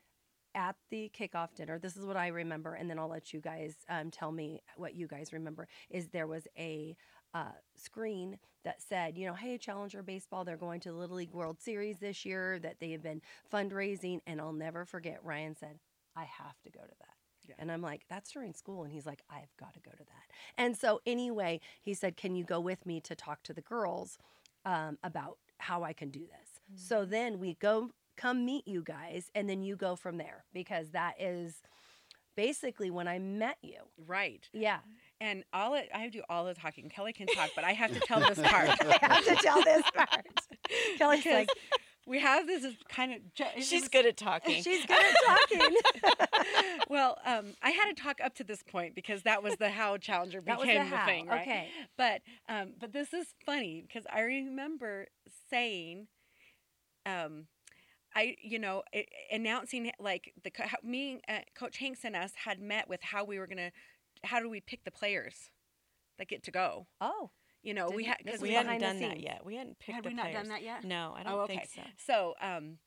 Speaker 3: at the kickoff dinner, this is what I remember, and then I'll let you guys um, tell me what you guys remember. Is there was a uh, screen that said, you know, hey, Challenger Baseball, they're going to the Little League World Series this year, that they have been fundraising. And I'll never forget, Ryan said, I have to go to that.
Speaker 4: Yeah.
Speaker 3: And I'm like, that's during school. And he's like, I've got to go to that. And so, anyway, he said, Can you go with me to talk to the girls um, about how I can do this? So then we go, come meet you guys, and then you go from there because that is basically when I met you.
Speaker 4: Right.
Speaker 3: Yeah.
Speaker 4: And all it, I do all the talking. Kelly can talk, but I have to tell this part.
Speaker 3: I have to tell this part. Kelly's
Speaker 4: Because
Speaker 3: like,
Speaker 4: we have this kind of. ju- it
Speaker 5: She's
Speaker 4: was-
Speaker 5: good at talking.
Speaker 3: She's good at talking.
Speaker 4: well, um, I had to talk up to this point because that was the how Challenger
Speaker 3: That was
Speaker 4: became
Speaker 3: the how.
Speaker 4: the thing, right?
Speaker 3: Okay.
Speaker 4: But um, but this is funny because I remember saying, um, I you know a- announcing like the co- how- me uh, Coach Hanks and us had met with how we were gonna how do we pick the players that get to go?
Speaker 3: Oh,
Speaker 4: You know we
Speaker 3: Didn't-
Speaker 4: had
Speaker 3: this
Speaker 4: because
Speaker 3: was
Speaker 5: we
Speaker 4: we
Speaker 5: hadn't
Speaker 3: behind the
Speaker 5: done that
Speaker 3: scenes.
Speaker 5: yet. We hadn't picked
Speaker 4: had
Speaker 5: the
Speaker 4: we not
Speaker 5: players.
Speaker 4: done that yet?
Speaker 5: No, I don't
Speaker 4: Oh,
Speaker 5: think so.
Speaker 4: So um,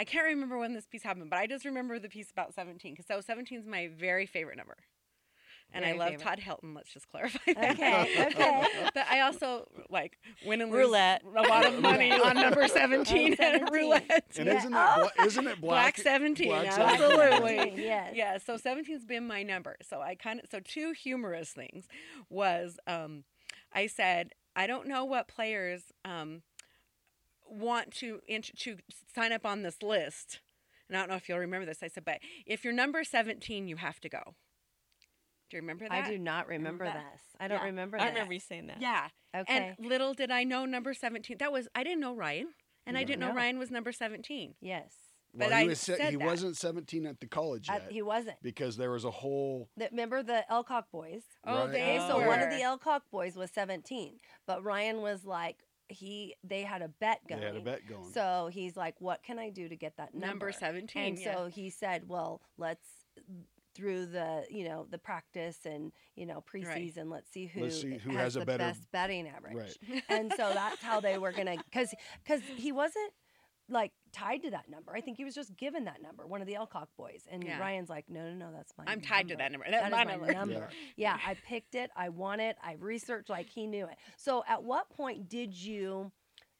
Speaker 4: I can't remember when this piece happened, but I just remember the piece about 17 because so 17 is my very favorite number. And
Speaker 3: Very
Speaker 4: I love
Speaker 3: favorite.
Speaker 4: Todd Helton. Let's just clarify that.
Speaker 3: Okay, okay.
Speaker 4: but I also like win and lose
Speaker 5: Roulette.
Speaker 4: a lot of money on number 17 at
Speaker 3: 17.
Speaker 4: roulette.
Speaker 2: And
Speaker 3: Yeah.
Speaker 2: isn't that bla- isn't it black?
Speaker 4: Black 17,
Speaker 2: black
Speaker 4: absolutely.
Speaker 3: yes.
Speaker 4: Yeah, so 17's been my number. So I kind of so two humorous things was um I said I don't know what players um want to int- to sign up on this list. And I don't know if you'll remember this. I said, but if you're number 17, you have to go. Do you remember that?
Speaker 3: I do not remember
Speaker 4: Remember that?
Speaker 3: this. I don't
Speaker 4: Yeah.
Speaker 3: remember that.
Speaker 5: I remember you saying that.
Speaker 4: Yeah.
Speaker 3: Okay.
Speaker 4: And little did I know number 17. That was I didn't know Ryan, and I
Speaker 2: No.
Speaker 4: didn't know
Speaker 3: No.
Speaker 4: Ryan was number 17.
Speaker 3: yes.
Speaker 2: Well,
Speaker 4: but
Speaker 2: he
Speaker 4: I
Speaker 2: was se-
Speaker 4: said
Speaker 2: he
Speaker 4: that.
Speaker 2: wasn't 17 at the college
Speaker 3: Uh,
Speaker 2: yet
Speaker 3: he wasn't.
Speaker 2: because there was a whole
Speaker 3: That- Remember the Elcock boys?
Speaker 4: Oh,
Speaker 2: Right.
Speaker 4: they
Speaker 3: Okay, so one of the
Speaker 4: were.
Speaker 3: Elcock boys was 17, but Ryan was like, he they had a bet going.
Speaker 2: they had a bet going.
Speaker 3: So he's like, what can I do to get that number?
Speaker 4: number 17.
Speaker 3: And
Speaker 4: yeah.
Speaker 3: so he said, well, let's through the you know the practice and you know preseason, let's see who
Speaker 2: Let's see who has a
Speaker 3: the
Speaker 2: better-
Speaker 3: best betting average.
Speaker 2: right.
Speaker 3: and so that's how they were gonna because because he wasn't like tied to that number. I think he was just given that number, one of the Elcock boys. And
Speaker 4: Yeah.
Speaker 3: Ryan's like, no, no, no, that's my.
Speaker 4: I'm tied to that number. That's
Speaker 3: That is
Speaker 4: my
Speaker 3: my
Speaker 4: number.
Speaker 3: number. Yeah, I picked it. I want it. I researched like he knew it. So at what point did you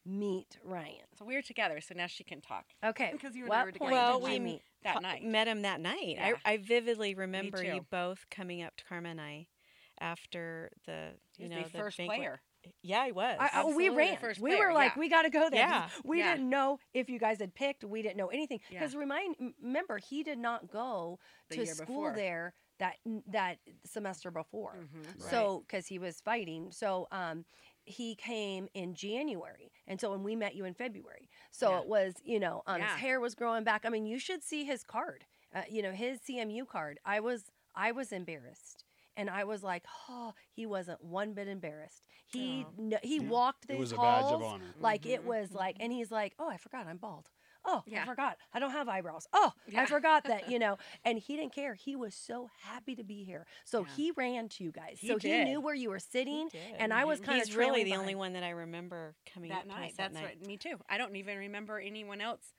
Speaker 3: meet Ryan?
Speaker 4: So we were together, so now she can talk.
Speaker 3: Okay,
Speaker 4: Because you and I
Speaker 3: what
Speaker 4: were together.
Speaker 3: point
Speaker 5: Well,
Speaker 3: did you
Speaker 5: we-
Speaker 3: meet?
Speaker 4: That
Speaker 5: Pa-
Speaker 4: night.
Speaker 5: Met him that night.
Speaker 4: Yeah.
Speaker 5: I, I vividly remember
Speaker 4: too.
Speaker 5: you both coming up to Karma and I after the
Speaker 4: He
Speaker 5: you
Speaker 4: was
Speaker 5: know
Speaker 4: the
Speaker 5: the
Speaker 4: first
Speaker 5: banquet.
Speaker 4: player.
Speaker 5: Yeah, I was.
Speaker 3: I, I- we
Speaker 4: Absolutely the
Speaker 3: ran.
Speaker 4: first
Speaker 3: we
Speaker 4: player,
Speaker 3: were like,
Speaker 4: yeah.
Speaker 3: we got to go there.
Speaker 5: Yeah.
Speaker 3: We
Speaker 4: Yeah.
Speaker 3: didn't know if you guys had picked. We didn't know anything
Speaker 4: Yeah.
Speaker 3: because remind m- remember he did not go
Speaker 4: The
Speaker 3: to
Speaker 4: year
Speaker 3: school
Speaker 4: before.
Speaker 3: there that that semester before.
Speaker 4: Mhm.
Speaker 2: Right.
Speaker 3: So because he was fighting, so um, he came in January, and so when we met you in February, so
Speaker 4: Yeah.
Speaker 3: it was you know um,
Speaker 4: Yeah.
Speaker 3: his hair was growing back. I mean, you should see his card. Uh, you know his CMU card. I was I was embarrassed. And I was like, oh, he wasn't one bit embarrassed. He
Speaker 5: Aw.
Speaker 3: kn- he
Speaker 2: Yeah.
Speaker 3: walked
Speaker 2: It
Speaker 3: these
Speaker 2: was a badge
Speaker 3: halls
Speaker 2: of honor.
Speaker 3: like it
Speaker 5: Mm-hmm.
Speaker 4: Mhm.
Speaker 3: was like, and he's like, oh, I forgot I'm bald. Oh,
Speaker 4: Yeah.
Speaker 3: I forgot I don't have eyebrows. Oh,
Speaker 4: Yeah.
Speaker 3: I forgot that you know. And he didn't care. He was so happy to be here. So
Speaker 4: Yeah.
Speaker 3: he ran to you guys.
Speaker 4: He
Speaker 3: so he
Speaker 4: did.
Speaker 3: knew where you were sitting,
Speaker 5: did.
Speaker 3: and I was kind
Speaker 5: He's
Speaker 3: of
Speaker 5: really the only one that I remember coming up
Speaker 4: That
Speaker 5: to
Speaker 4: night.
Speaker 5: us that
Speaker 4: That's
Speaker 5: night.
Speaker 4: right. Me too. I don't even remember anyone else.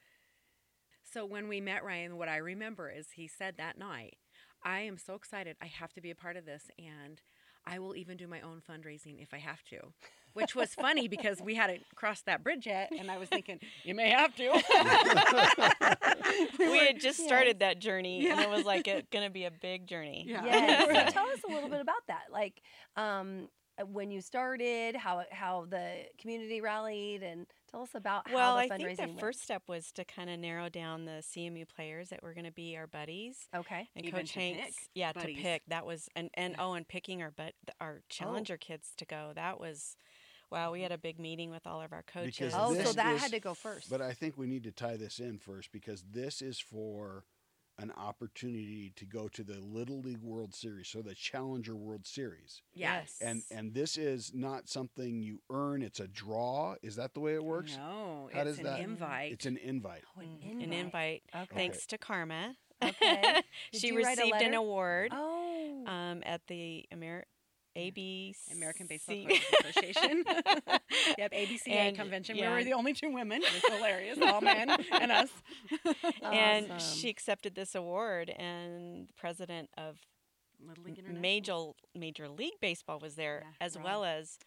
Speaker 4: So when we met Ryan, what I remember is he said that night, I am so excited. I have to be a part of this. And I will even do my own fundraising if I have to. Which was funny because we hadn't crossed that bridge yet. And I was thinking, you may have to.
Speaker 5: We had just
Speaker 3: yes.
Speaker 5: started that journey, and
Speaker 4: Yeah.
Speaker 5: it was like a, gonna be a big journey.
Speaker 4: Yeah.
Speaker 3: Yes. so tell us a little bit about that. Like, um, when you started, how it- how the community rallied, and tell us about
Speaker 5: Well,
Speaker 3: how the
Speaker 5: I
Speaker 3: fundraising
Speaker 5: think the
Speaker 3: went.
Speaker 5: first step was to kind of narrow down the CMU players that were going to be our buddies.
Speaker 3: Okay.
Speaker 5: And
Speaker 4: Even
Speaker 5: Coach
Speaker 4: to pick
Speaker 5: Hanks, yeah,
Speaker 4: buddies. Oh.
Speaker 5: to pick that was and and oh, and picking our but our challenger kids to go that was Wow,
Speaker 4: Mm-hmm.
Speaker 5: we had a big meeting with all of our coaches.
Speaker 2: Because
Speaker 3: Oh,
Speaker 2: this
Speaker 3: so that
Speaker 2: is-
Speaker 3: had to go first.
Speaker 2: But I think we need to tie this in first because this is for an opportunity to go to the Little League World Series, so the Challenger World Series.
Speaker 4: Yes.
Speaker 2: And and this is not something you earn, it's a draw. Is that the way it works?
Speaker 4: No,
Speaker 2: How
Speaker 4: it's
Speaker 2: does
Speaker 4: an
Speaker 2: that-
Speaker 4: invite.
Speaker 2: It's an invite.
Speaker 3: Oh, an
Speaker 5: an
Speaker 3: invite.
Speaker 5: invite.
Speaker 3: Okay.
Speaker 5: Thanks to Karma.
Speaker 3: Okay. Did
Speaker 5: she
Speaker 3: you write a
Speaker 5: received an
Speaker 3: letter?
Speaker 5: award
Speaker 3: Oh.
Speaker 5: um, at the Amer- ABC
Speaker 4: American Baseball Players Association. yep, ABCA
Speaker 5: And-
Speaker 4: convention.
Speaker 5: yeah.
Speaker 4: We were the only two women. It was hilarious. All men and us.
Speaker 5: And
Speaker 3: Awesome.
Speaker 5: she accepted this award, and the president of
Speaker 4: Little League International.
Speaker 5: Major Major League Baseball was there,
Speaker 4: Yeah,
Speaker 5: as
Speaker 4: Rob.
Speaker 5: well as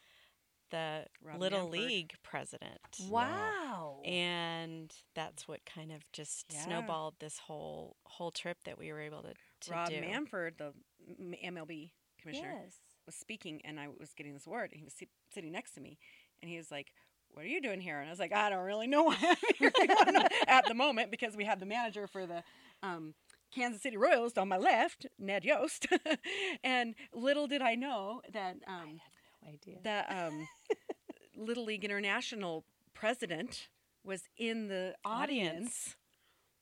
Speaker 5: the
Speaker 4: Rob
Speaker 5: Little
Speaker 4: Manford.
Speaker 5: League president.
Speaker 3: wow.
Speaker 5: And that's what kind of just
Speaker 4: Yeah.
Speaker 5: snowballed this whole whole trip that we were able to, to
Speaker 4: Rob
Speaker 5: do.
Speaker 4: Manford, the M- MLB commissioner,
Speaker 3: yes.
Speaker 4: was speaking, and I was getting this award, and he was si- sitting next to me, and he was like. What are you doing here? And I was like, I don't really know why I'm here at the moment because we had the manager for the um, Kansas City Royals on my left, Ned Yost, and little did I know that um,
Speaker 3: No idea.
Speaker 4: the um, Little League International president was in the audience,
Speaker 5: Audience.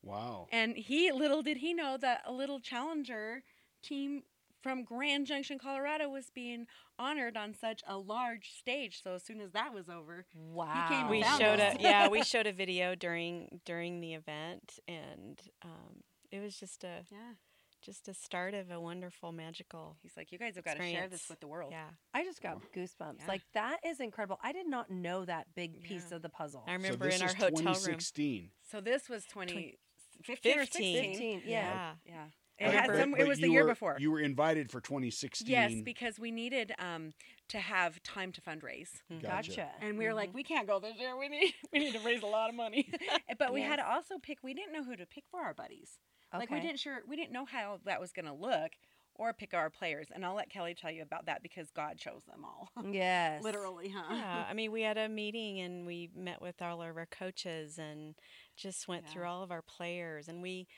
Speaker 2: Wow.
Speaker 4: and he little did he know that a little challenger team from Grand Junction, Colorado, was being honored on such a large stage. So as soon as that was over,
Speaker 3: wow.
Speaker 4: came
Speaker 5: we
Speaker 4: found
Speaker 5: showed a
Speaker 4: us.
Speaker 5: yeah we showed a video during during the event and um, it was just a
Speaker 4: yeah,
Speaker 5: just a start of a wonderful magical
Speaker 4: he's like, you guys have got to share
Speaker 5: Experience.
Speaker 4: this with the world.
Speaker 5: yeah
Speaker 3: I just got goosebumps.
Speaker 4: Yeah.
Speaker 3: Like that is incredible. I did not know that big piece
Speaker 4: Yeah.
Speaker 3: of the puzzle.
Speaker 5: i
Speaker 2: so
Speaker 5: remember
Speaker 2: this
Speaker 5: in our
Speaker 2: is
Speaker 5: hotel room
Speaker 2: 2016.
Speaker 4: So this was 20, 15 or
Speaker 5: 15.
Speaker 4: 16.
Speaker 3: 15, yeah.
Speaker 4: Yeah.
Speaker 2: But-
Speaker 4: It, had
Speaker 2: but-
Speaker 4: some, it
Speaker 2: but
Speaker 4: was the
Speaker 2: you
Speaker 4: year
Speaker 2: were-
Speaker 4: before.
Speaker 2: You were invited for 2016.
Speaker 4: Yes, because we needed um, to have time to fundraise.
Speaker 5: Mm-hmm.
Speaker 2: Gotcha.
Speaker 3: Gotcha.
Speaker 4: And we were like, we can't go this year. We need we need to raise a lot of money. Eh, but we had to also pick. We didn't know who to pick for our buddies. Like we
Speaker 3: Okay.
Speaker 4: didn't sure we didn't know how that was going to look or pick our players. And I'll let Kelly tell you about that because God chose them all.
Speaker 3: Yes.
Speaker 4: Literally, huh?
Speaker 5: yeah, I mean, we had a meeting and we met with all of our coaches and just went
Speaker 4: Yeah.
Speaker 5: through all of our players and we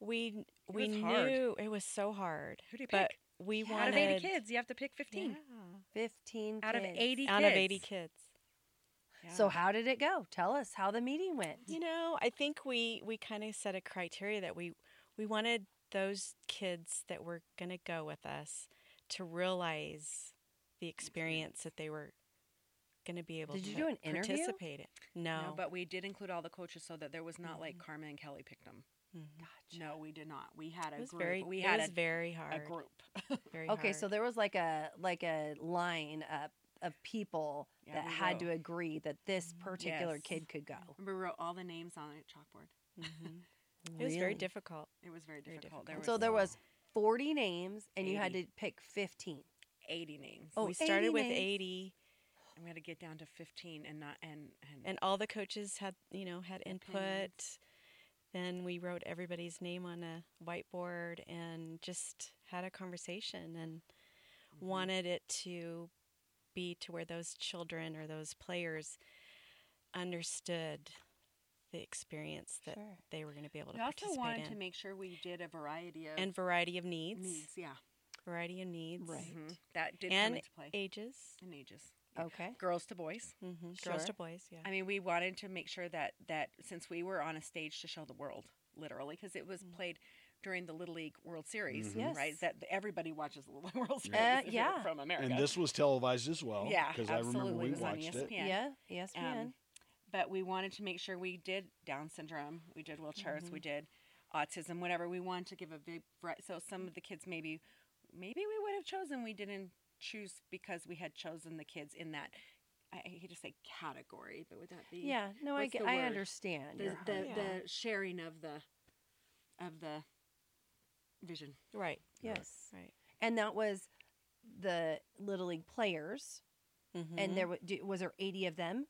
Speaker 5: we we
Speaker 4: was
Speaker 5: knew
Speaker 4: hard.
Speaker 5: it was so hard.
Speaker 4: Who do you
Speaker 5: but
Speaker 4: pick?
Speaker 5: we
Speaker 4: Out
Speaker 5: wanted
Speaker 4: of eighty kids, you have to pick fifteen.
Speaker 5: Yeah,
Speaker 3: 15
Speaker 4: Out of
Speaker 3: kids.
Speaker 4: eighty.
Speaker 5: out
Speaker 4: kids.
Speaker 5: of eighty kids.
Speaker 4: Yeah.
Speaker 3: So how did it go? Tell us how the meeting went.
Speaker 5: You know, I think we we kind of set a criteria that we we wanted those kids that were going to go with us to realize the experience that they were going to be able
Speaker 3: Did
Speaker 5: to
Speaker 3: you do an interview?
Speaker 5: participate in. No.
Speaker 4: No, but we did include all the coaches so that there was not like Carmen and Kelly picked them.
Speaker 5: Mhm.
Speaker 4: No, we did not. We had a
Speaker 5: it was
Speaker 4: group.
Speaker 5: very
Speaker 4: we
Speaker 5: it
Speaker 4: had
Speaker 5: was
Speaker 4: a,
Speaker 5: very
Speaker 4: a
Speaker 5: hard.
Speaker 4: group.
Speaker 5: Very
Speaker 3: Okay, so
Speaker 5: hard.
Speaker 3: there was like a like a line up of people
Speaker 4: Yeah,
Speaker 3: that
Speaker 4: we
Speaker 3: had
Speaker 4: will. Mm,
Speaker 3: to agree that this particular
Speaker 4: Yes.
Speaker 3: kid could go.
Speaker 4: Remember, we wrote all the names on a chalkboard.
Speaker 5: Mhm. it was very
Speaker 3: Really?
Speaker 5: difficult.
Speaker 4: It was very
Speaker 5: Very
Speaker 4: difficult.
Speaker 5: difficult.
Speaker 3: So
Speaker 4: was
Speaker 3: there was 40 names and you had to
Speaker 4: 80.
Speaker 3: pick 15.
Speaker 4: 80 names.
Speaker 3: Oh,
Speaker 5: we started
Speaker 3: 80
Speaker 5: with
Speaker 3: names.
Speaker 5: 80
Speaker 4: And we had to get down to 15 and not and and,
Speaker 5: and all the coaches had, you know, had input. Then we wrote everybody's name on a whiteboard and just had a conversation and
Speaker 4: Mm-hmm.
Speaker 5: wanted it to be to where those children or those players understood the experience that
Speaker 3: Sure.
Speaker 5: they were going to be able to
Speaker 4: we also
Speaker 5: participate
Speaker 4: wanted
Speaker 5: in
Speaker 4: to make sure we did a variety of
Speaker 5: and variety of needs,
Speaker 4: needs. Yeah,
Speaker 5: variety of needs
Speaker 3: Right.
Speaker 4: Mhm. that did come
Speaker 5: and
Speaker 4: into play
Speaker 5: ages
Speaker 4: in ages,
Speaker 3: Okay.
Speaker 4: girls to boys.
Speaker 5: hmm
Speaker 3: Sure.
Speaker 5: girls to boys yeah
Speaker 4: I mean, we wanted to make sure that that since we were on a stage to show the world, literally, because it was played during the Little League World Series,
Speaker 3: Mhm.
Speaker 4: right?
Speaker 3: Yes.
Speaker 4: That everybody watches the Little League World Series
Speaker 3: Uh,
Speaker 4: if you're
Speaker 3: yeah.
Speaker 4: from America.
Speaker 2: And this was televised as well.
Speaker 4: yeah,
Speaker 2: Because I remember
Speaker 4: absolutely.
Speaker 2: we
Speaker 4: It was on
Speaker 2: watched it.
Speaker 4: ESPN.
Speaker 3: Yeah, yes,
Speaker 4: Um, but we wanted to make sure we did Down syndrome, we did wheelchairs, we
Speaker 3: Mm-hmm.
Speaker 4: did autism, whatever. We wanted to give a big bre- so some of the kids maybe maybe we would have chosen we didn't choose because we had chosen the kids in that I I hate to say category, but would that be
Speaker 3: Yeah, no, I
Speaker 4: what's
Speaker 3: get,
Speaker 4: the
Speaker 3: I
Speaker 4: word?
Speaker 3: understand.
Speaker 4: the
Speaker 3: your
Speaker 4: the,
Speaker 3: heart.
Speaker 5: Yeah.
Speaker 4: the sharing of the of the vision.
Speaker 5: right
Speaker 3: Yes.
Speaker 5: right
Speaker 3: And that was the little league players and
Speaker 5: Mhm.
Speaker 3: there wa-
Speaker 4: Mm-hmm.
Speaker 3: do- was there 80 of them?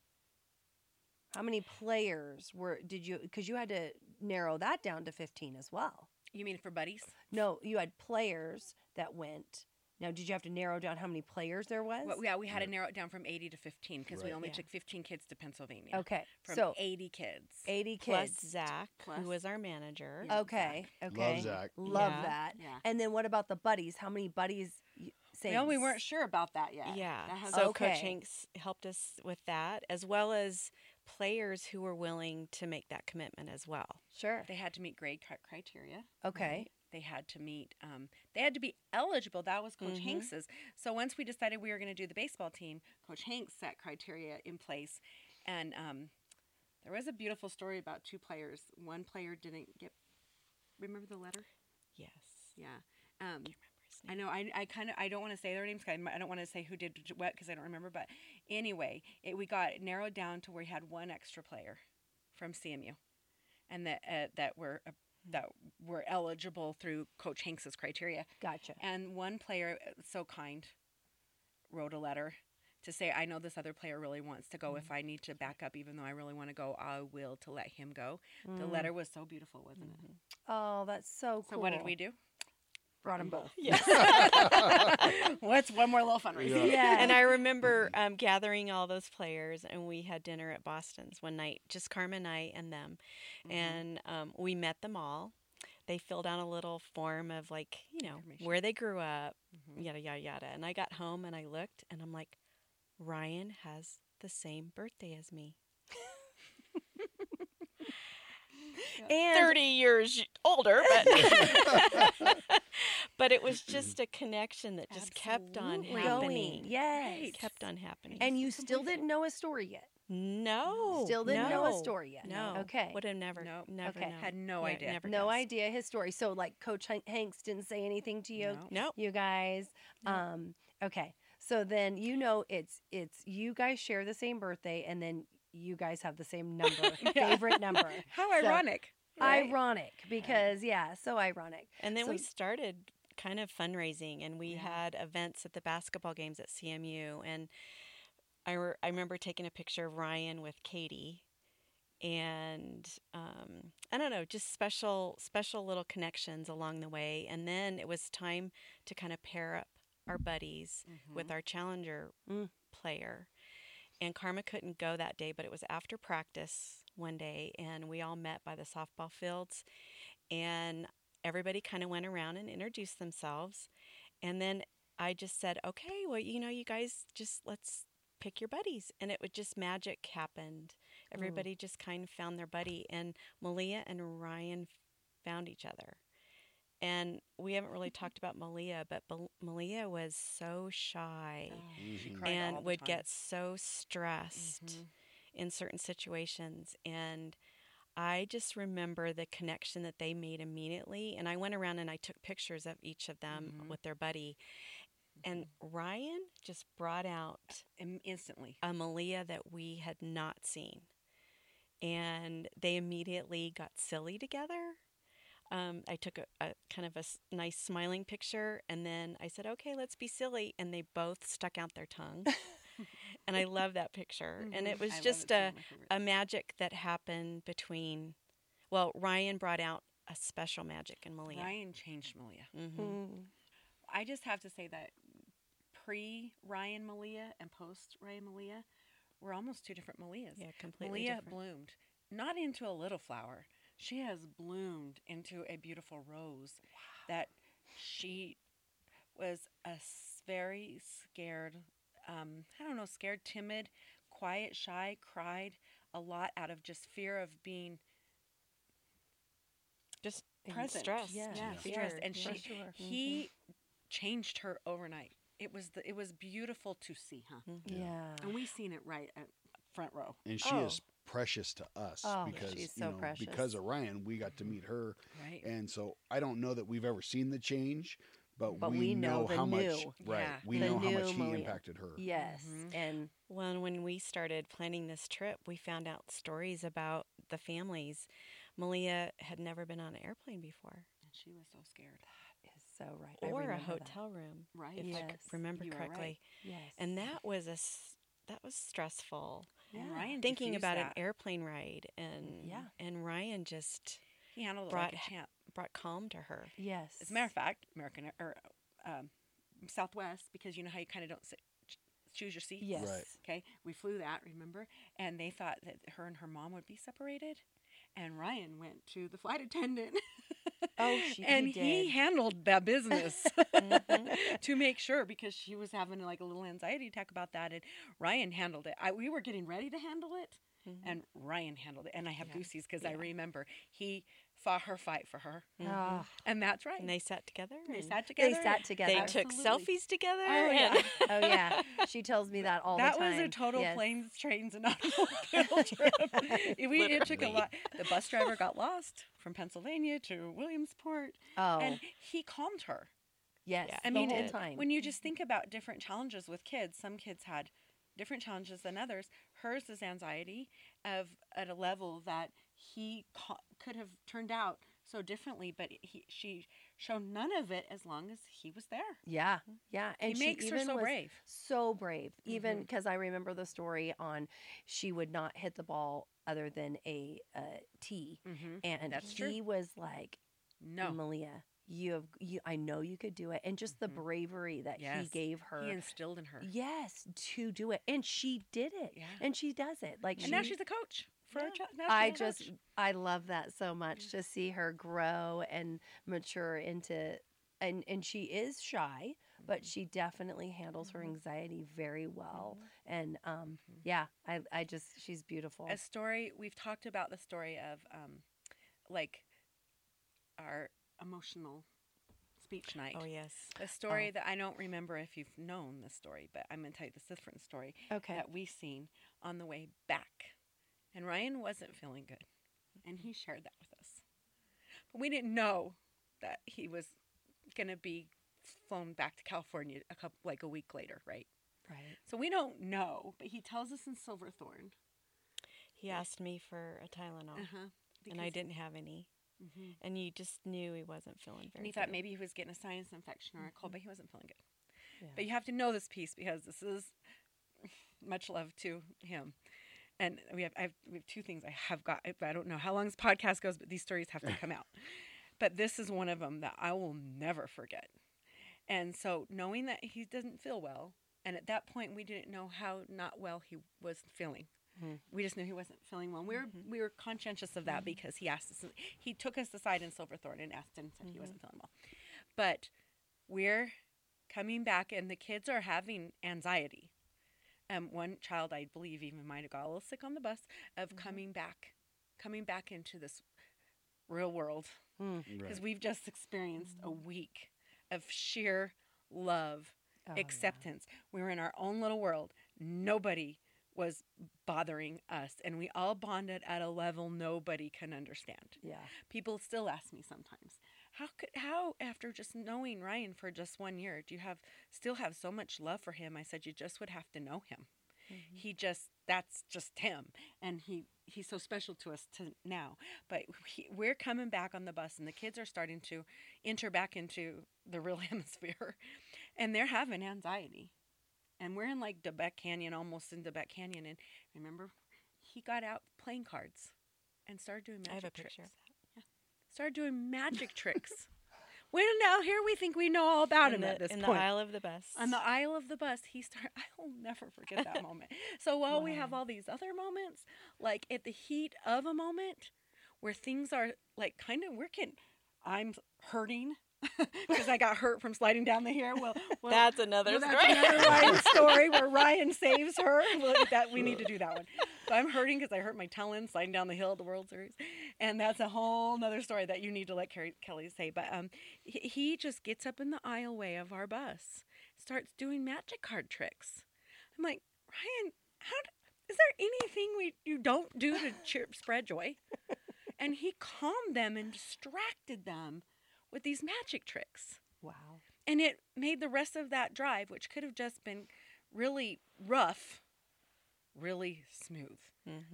Speaker 3: How many players were did you cuz you had to narrow that down to 15 as well.
Speaker 4: You mean for buddies?
Speaker 3: No, you had players that went. Now, did you have to narrow down how many players there was?
Speaker 4: Well, yeah, we had to narrow it down from 80 to 15 because we
Speaker 2: Right.
Speaker 4: only
Speaker 5: Yeah.
Speaker 4: took 15 kids to Pennsylvania.
Speaker 3: Okay,
Speaker 4: From
Speaker 3: so
Speaker 4: 80 kids.
Speaker 3: 80
Speaker 5: plus
Speaker 3: kids.
Speaker 5: Zach,
Speaker 4: Plus-
Speaker 5: who was our manager.
Speaker 4: Yeah.
Speaker 3: Okay,
Speaker 2: Love
Speaker 3: okay.
Speaker 2: Zach.
Speaker 3: Love
Speaker 5: Yeah.
Speaker 3: that.
Speaker 4: Yeah.
Speaker 3: And then what about the buddies? How many buddies? y- things.
Speaker 4: No, we weren't sure about that yet.
Speaker 5: Yeah.
Speaker 4: Oh, That has-
Speaker 5: so
Speaker 3: Okay.
Speaker 5: Coach Hanks helped us with that, as well as players who were willing to make that commitment as well.
Speaker 3: Sure.
Speaker 4: They had to meet grade cri- criteria.
Speaker 3: Okay.
Speaker 4: They had to meet. Um, they had to be eligible. That was Coach
Speaker 5: Mhm.
Speaker 4: Hanks's. So once we decided we were going to do the baseball team, Coach Hanks set criteria in place, and um, there was a beautiful story about two players. One player didn't get. Remember the letter?
Speaker 5: Yes.
Speaker 4: Yeah. Um,
Speaker 5: Can't remember his
Speaker 4: I
Speaker 5: name.
Speaker 4: know. I, I kind of I don't want to say their names. 'cause I m- I don't want to say who did what because I don't remember. But anyway, it, we got it narrowed down to where we had one extra player from CMU, and that uh, that were uh, that were eligible through Coach Hanks's criteria.
Speaker 3: Gotcha.
Speaker 4: And one player, uh, so kind, wrote a letter to say, I know this other player really wants to go. If
Speaker 3: Mm-hmm.
Speaker 4: I need to back up, even though I really want to go, I will to let him go. The
Speaker 3: Mm.
Speaker 4: letter was so beautiful, wasn't it?
Speaker 3: Oh, that's so cool.
Speaker 4: So, what did we do?
Speaker 3: Brought them both.
Speaker 4: What's one more little fundraiser?
Speaker 3: Yeah.
Speaker 5: And I remember um, gathering all those players, and we had dinner at Boston's one night, just Carmen and I and them. And um, we met them all. They filled out a little form of, like, you know,
Speaker 4: Information.
Speaker 5: where they grew up,
Speaker 3: Mm-hmm.
Speaker 4: Mhm.
Speaker 5: yada, yada, yada. And I got home and I looked, and I'm like, Ryan has the same birthday as me. and
Speaker 4: 30
Speaker 5: years y- older, but but it was just a connection that just kept on
Speaker 4: Absolutely.
Speaker 5: happening.
Speaker 3: Going. Yes.
Speaker 5: It kept on happening.
Speaker 3: And you still didn't know a story yet.
Speaker 5: no,
Speaker 3: Still didn't know a
Speaker 5: no,
Speaker 3: story yet.
Speaker 5: No.
Speaker 3: Okay.
Speaker 5: Would have never.
Speaker 4: Nope.
Speaker 5: Never.
Speaker 3: Okay.
Speaker 5: known.
Speaker 4: Had no
Speaker 5: Yeah,
Speaker 4: idea.
Speaker 5: Never
Speaker 3: no
Speaker 5: guessed.
Speaker 3: idea his story. So like Coach Han- Hanks didn't say anything to you.
Speaker 4: No.
Speaker 5: Nope.
Speaker 3: You guys.
Speaker 5: No.
Speaker 3: Um. Okay. So then you know it's it's you guys share the same birthday and then you guys have the same number favorite number.
Speaker 4: How
Speaker 3: So-
Speaker 4: ironic. right?
Speaker 3: Ironic because yeah, so ironic.
Speaker 5: And then we
Speaker 3: So-
Speaker 5: started kind of fundraising, and we
Speaker 4: Yeah.
Speaker 5: had events at the basketball games at CMU. And I, re- I remember taking a picture of Ryan with Katie, and um, I don't know, just special special little connections along the way. And then it was time to kind of pair up our buddies
Speaker 4: Mm-hmm.
Speaker 5: with our challenger
Speaker 3: Mm.
Speaker 5: player. And Karma couldn't go that day, but it was after practice one day, and we all met by the softball fields, and everybody kind of went around and introduced themselves. And then I just said, okay, well, you know, you guys just let's pick your buddies. And it would just magic happened. Everybody just kind of found their buddy, and Malia and Ryan found each other. And we haven't really talked about Malia, but Bel- Malia was so shy
Speaker 4: Oh, she
Speaker 2: Mhm.
Speaker 4: cried all
Speaker 5: and
Speaker 4: the
Speaker 5: would
Speaker 4: time.
Speaker 5: get so stressed
Speaker 4: Mhm.
Speaker 5: in certain situations and I just remember the connection that they made immediately and I went around and I took pictures of each of them
Speaker 4: Mhm.
Speaker 5: with their buddy and
Speaker 4: Mm-hmm.
Speaker 5: Ryan just brought out
Speaker 4: Im- instantly.
Speaker 5: a Malia that we had not seen and they immediately got silly together um, I took a, a kind of a s- nice smiling picture and then I said, okay, let's be silly. And they both stuck out their tongue. and I love that picture. And
Speaker 4: Mhm.
Speaker 5: it was
Speaker 4: I love
Speaker 5: just
Speaker 4: It's one
Speaker 5: a,
Speaker 4: of my favorites.
Speaker 5: a magic that happened between, well, Ryan brought out a special magic in Malia.
Speaker 4: Ryan changed Malia.
Speaker 5: hmm
Speaker 4: I just have to say that pre Ryan Malia and post Ryan Malia were almost two different Malias.
Speaker 5: Yeah, completely
Speaker 4: Malia
Speaker 5: different.
Speaker 4: bloomed, not into a little flower. She has bloomed into a beautiful rose that she was a s- very scared, um, I don't know, scared, timid, quiet, shy, cried a lot out of just fear of being
Speaker 5: Just
Speaker 3: And
Speaker 4: present.
Speaker 5: stressed.
Speaker 3: Yeah.
Speaker 4: Yes,
Speaker 5: Yeah.
Speaker 4: yes,
Speaker 5: Sure. Mm-hmm.
Speaker 4: and
Speaker 5: For
Speaker 4: she
Speaker 3: sure.
Speaker 4: he changed her overnight. It was the, it was beautiful to see, huh?
Speaker 5: Mm-hmm.
Speaker 2: Yeah.
Speaker 3: Yeah.
Speaker 4: And we seen it right at front row.
Speaker 2: and she
Speaker 5: Oh.
Speaker 2: is precious to us
Speaker 3: Oh,
Speaker 2: because
Speaker 3: she's
Speaker 2: you
Speaker 3: so
Speaker 2: know,
Speaker 3: precious.
Speaker 2: because of Ryan, we got to meet her,
Speaker 4: Right.
Speaker 2: and so I don't know that we've ever seen the change, but,
Speaker 3: But we know the
Speaker 2: how much
Speaker 3: new.
Speaker 2: right
Speaker 4: Yeah.
Speaker 2: we
Speaker 3: The
Speaker 2: know how
Speaker 3: new
Speaker 2: much he
Speaker 3: Malia.
Speaker 2: impacted her.
Speaker 3: Yes.
Speaker 4: Mhm.
Speaker 3: And
Speaker 5: Well, and when we started planning this trip, we found out stories about the families. Malia had never been on an airplane before
Speaker 4: and she was so scared.
Speaker 3: is so right. I
Speaker 5: or a
Speaker 3: remember that.
Speaker 5: hotel room,
Speaker 4: Right.
Speaker 5: if I c-
Speaker 3: Yes.
Speaker 5: remember
Speaker 4: You are right.
Speaker 5: correctly.
Speaker 3: Yes.
Speaker 5: and that was a s- that was stressful
Speaker 4: And
Speaker 3: Yeah.
Speaker 4: Ryan
Speaker 5: thinking
Speaker 4: diffused
Speaker 5: about
Speaker 4: that.
Speaker 5: an airplane ride and
Speaker 3: Yeah.
Speaker 5: and Ryan just
Speaker 4: He handled it like
Speaker 5: brought
Speaker 4: a
Speaker 5: h-
Speaker 4: champ.
Speaker 5: brought calm to her
Speaker 3: Yes.
Speaker 4: As a matter of fact, American or um, Southwest, because you know how you kind of don't sit, ch- choose your seats.
Speaker 3: Yes.
Speaker 2: Right.
Speaker 4: Okay, we flew that, remember? And they thought that her and her mom would be separated. And Ryan went to the flight attendant
Speaker 3: Oh, she
Speaker 4: and
Speaker 3: you did.
Speaker 4: he Mm-hmm. handled that business
Speaker 5: Mhm.
Speaker 4: to make sure because she was having like a little anxiety attack about that, and Ryan handled it. I, we were getting ready to handle it,
Speaker 5: Mhm.
Speaker 4: and Ryan handled it. And I have
Speaker 5: Yeah.
Speaker 4: goosies because I
Speaker 5: Yeah.
Speaker 4: remember he fought her fight for her,
Speaker 3: Ah,
Speaker 4: and that's right.
Speaker 5: mm-hmm. And they sat together.
Speaker 4: uh, They
Speaker 5: and
Speaker 4: sat
Speaker 3: Mm. they
Speaker 4: together.
Speaker 3: sat together.
Speaker 5: They took
Speaker 4: Absolutely.
Speaker 5: selfies together.
Speaker 4: Oh, yeah.
Speaker 5: and-
Speaker 3: oh yeah, she tells me that all
Speaker 4: that
Speaker 3: the time.
Speaker 4: was a total
Speaker 3: Yes.
Speaker 4: planes, trains, and automobile trip. It- we, it took a
Speaker 5: Literally.
Speaker 4: lot. The bus driver got lost from Pennsylvania to Williamsport,
Speaker 3: Oh
Speaker 4: and he calmed her.
Speaker 3: yes,
Speaker 5: yeah.
Speaker 3: I
Speaker 4: I
Speaker 3: the
Speaker 4: mean,
Speaker 3: whole
Speaker 4: it-
Speaker 3: time.
Speaker 4: when you just think about different challenges with kids, some kids had different challenges than others. Hers is anxiety of at a level that he co- could have turned out so differently, but he she showed none of it as long as he was there.
Speaker 3: yeah, yeah, and
Speaker 4: it
Speaker 3: she
Speaker 4: makes her
Speaker 3: even
Speaker 4: so
Speaker 3: was
Speaker 4: brave. Mm-hmm.
Speaker 3: so brave even because i remember the story on she would not hit the ball other than a, uh tee
Speaker 4: Mm-hmm.
Speaker 3: and
Speaker 4: That's true.
Speaker 3: he was like
Speaker 4: No,
Speaker 3: malia you have you i know you could do it and just
Speaker 4: Mhm.
Speaker 3: the bravery that he
Speaker 4: Yes.
Speaker 3: gave her
Speaker 4: he instilled in her.
Speaker 3: yes to do it and she did it
Speaker 4: Yeah.
Speaker 3: and she does it like
Speaker 4: and now
Speaker 3: she-
Speaker 4: she's a coach for our
Speaker 5: Yeah.
Speaker 4: child. now she's
Speaker 3: I
Speaker 4: a
Speaker 3: just
Speaker 4: coach.
Speaker 3: I love that so
Speaker 4: Mm.
Speaker 3: much to see her grow and mature into and and she is shy,
Speaker 4: Mm-hmm.
Speaker 3: but she definitely handles her
Speaker 4: Mhm.
Speaker 3: anxiety very well.
Speaker 4: Mhm.
Speaker 3: And um
Speaker 4: Mhm.
Speaker 3: yeah, I I just she's beautiful.
Speaker 4: a story we've talked about the story of um, like our emotional speech night.
Speaker 5: Oh, yes.
Speaker 4: A story that I don't remember if you've known this story, but I'm going to tell you this different story
Speaker 3: okay.
Speaker 4: that we seen on the way back. And Ryan wasn't feeling good, and he shared that with us. But we didn't know that he was going to be flown back to California a couple like a week later, right?
Speaker 3: Right.
Speaker 4: So we don't know, but he tells us in Silverthorn.
Speaker 5: He asked me for a Tylenol,
Speaker 4: Uh-huh.
Speaker 5: Oh. and I didn't have any.
Speaker 4: Mm-hmm.
Speaker 5: And you just knew he wasn't feeling very
Speaker 4: And he
Speaker 5: good.
Speaker 4: thought maybe he was getting a sinus infection or a
Speaker 5: Mm-hmm.
Speaker 4: cold, but he wasn't feeling good.
Speaker 3: Yeah.
Speaker 4: But you have to know this piece because this is much love to him. And we have, I have, we have two things I have got. I- I don't know how long this podcast goes, but these stories have to come out. But this is one of them that I will never forget. And so knowing that he doesn't feel well, and at that point we didn't know how not well he was feeling.
Speaker 3: Mhm.
Speaker 4: We just knew he wasn't feeling well. We were we were conscientious of that because he asked us. He took us aside in Silverthorne and asked and said he wasn't feeling well. But we're coming back, and the kids are having anxiety. Um, one child, I believe, even might have got a little sick on the bus of coming back, coming back into this real world because we've just experienced a week of sheer love,
Speaker 3: Oh, yeah.
Speaker 4: acceptance. We were in our own little world. Nobody was bothering us, and we all bonded at a level nobody can understand.
Speaker 3: Yeah.
Speaker 4: People still ask me sometimes, how could how after just knowing Ryan for just one year, do you have still have so much love for him? I said you just would have to know him.
Speaker 5: Mm-hmm.
Speaker 4: He just that's just him, and he he's so special to us to now. But he, we're coming back on the bus, and the kids are starting to enter back into the real hemisphere, and they're having anxiety, and we're in like Debec Canyon, almost in Debec Canyon, and remember, he got out playing cards, and started doing magic
Speaker 5: I have a
Speaker 4: tricks
Speaker 5: picture of that.
Speaker 4: started doing magic tricks. Well, now here we think we know all about
Speaker 5: in
Speaker 4: him
Speaker 5: the,
Speaker 4: at this
Speaker 5: in
Speaker 4: point.
Speaker 5: the aisle of the bus.
Speaker 4: On the aisle of the bus, he started. I will never forget that moment. So while we have
Speaker 5: Wow.
Speaker 4: all these other moments, like at the heat of a moment where things are like kind of working, I'm hurting because I got hurt from sliding down the hill. Well, well
Speaker 5: that's another
Speaker 4: well, that's
Speaker 5: story.
Speaker 4: another Ryan story where Ryan saves her. Well, that we need to do that one. So I'm hurting because I hurt my talon sliding down the hill at the World Series, and that's a whole nother story that you need to let Carrie, Kelly say. But um, he, he just gets up in the aisleway of our bus, starts doing magic card tricks. I'm like Ryan, how do, is there anything we you don't do to cheer, spread joy? And he calmed them and distracted them with these magic tricks.
Speaker 3: Wow.
Speaker 4: And it made the rest of that drive, which could have just been really rough, really smooth.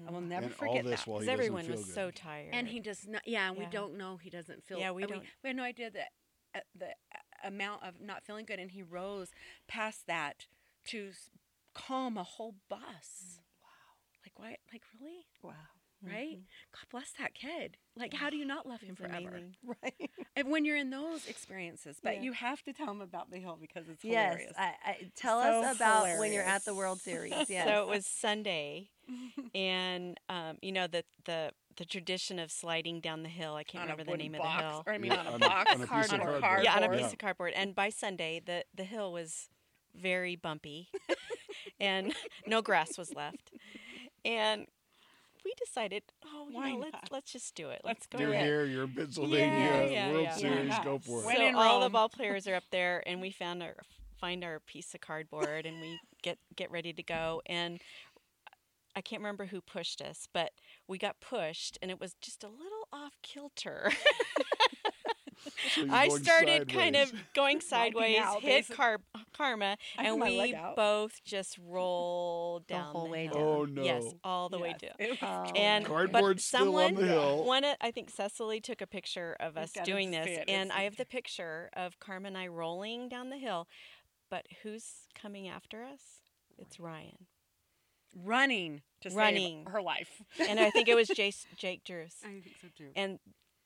Speaker 4: I will never
Speaker 2: and
Speaker 4: forget
Speaker 2: all this
Speaker 4: that.
Speaker 2: while he
Speaker 5: Because
Speaker 2: doesn't
Speaker 5: everyone
Speaker 2: feel
Speaker 5: was
Speaker 2: good.
Speaker 5: so tired.
Speaker 4: Mm-hmm. and he does not. Yeah, and we
Speaker 5: Yeah.
Speaker 4: don't know he doesn't feel.
Speaker 5: Yeah, we
Speaker 4: and
Speaker 5: don't-
Speaker 4: We had no idea that uh, the uh, amount of not feeling good, and he rose past that to s- calm a whole bus. Mm. Wow. Like why? Like really?
Speaker 3: Wow.
Speaker 4: Right? God bless that kid. Like, how do you not love him
Speaker 5: It's
Speaker 4: forever?
Speaker 5: amazing.
Speaker 3: Right.
Speaker 4: And when you're in those experiences, but
Speaker 5: Yeah.
Speaker 4: you have to tell him about the hill because it's
Speaker 3: Yes.
Speaker 4: hilarious.
Speaker 3: I, I, tell
Speaker 4: So
Speaker 3: us about when you're
Speaker 4: hilarious.
Speaker 3: at the World Series. Yes.
Speaker 5: So it was Sunday, and um, you know the the the tradition of sliding down the hill. I can't
Speaker 4: on a
Speaker 5: remember the
Speaker 4: wooden
Speaker 5: name
Speaker 4: box,
Speaker 5: of the hill.
Speaker 4: or I mean,
Speaker 2: Yeah,
Speaker 4: on a
Speaker 2: on a-
Speaker 4: box,
Speaker 2: on a piece
Speaker 3: of
Speaker 4: cardboard.
Speaker 2: cardboard.
Speaker 5: Yeah, on a
Speaker 2: Yeah.
Speaker 5: piece of cardboard. And by Sunday, the the hill was very bumpy, and no grass was left. And we decided, oh, you
Speaker 6: Why
Speaker 5: know,
Speaker 6: not?
Speaker 5: let's let's just do it.
Speaker 6: Let's
Speaker 5: Let's go.
Speaker 2: You're
Speaker 5: ahead.
Speaker 2: here. You're in Pennsylvania.
Speaker 5: yeah,
Speaker 2: World
Speaker 5: yeah.
Speaker 2: Series.
Speaker 6: Yeah.
Speaker 2: Go for it.
Speaker 6: When
Speaker 5: so
Speaker 6: in
Speaker 5: all the
Speaker 6: Rome.
Speaker 5: ball players are up there, and we found our find our piece of cardboard, and we get get ready to go. And I can't remember who pushed us, but we got pushed, and it was just a little off kilter.
Speaker 2: So you're
Speaker 5: I
Speaker 2: going
Speaker 5: started kind of
Speaker 2: sideways.
Speaker 5: going sideways,
Speaker 6: out,
Speaker 5: hit
Speaker 6: basic-
Speaker 5: car- Karma,
Speaker 6: I
Speaker 5: and
Speaker 6: had my
Speaker 5: we
Speaker 6: leg out.
Speaker 5: both just rolled
Speaker 3: The
Speaker 5: down
Speaker 3: whole way
Speaker 5: hill.
Speaker 3: down.
Speaker 2: Oh, no.
Speaker 5: Yes, all the way
Speaker 6: Yes.
Speaker 5: down.
Speaker 6: It was-
Speaker 3: Oh.
Speaker 5: And but
Speaker 2: Cardboard's still
Speaker 5: someone,
Speaker 2: on the hill.
Speaker 5: one, of- I think Cecily took a picture of
Speaker 6: We've
Speaker 5: us
Speaker 6: gotta
Speaker 5: doing
Speaker 6: see
Speaker 5: this,
Speaker 6: it.
Speaker 5: and
Speaker 6: It's-
Speaker 5: I have the picture of Karma and I rolling down the hill. But who's coming after us? It's Ryan,
Speaker 4: running.
Speaker 6: to
Speaker 5: running.
Speaker 6: save her life.
Speaker 5: and I think it was Jace, Jake Drews,
Speaker 4: I think so too.
Speaker 5: and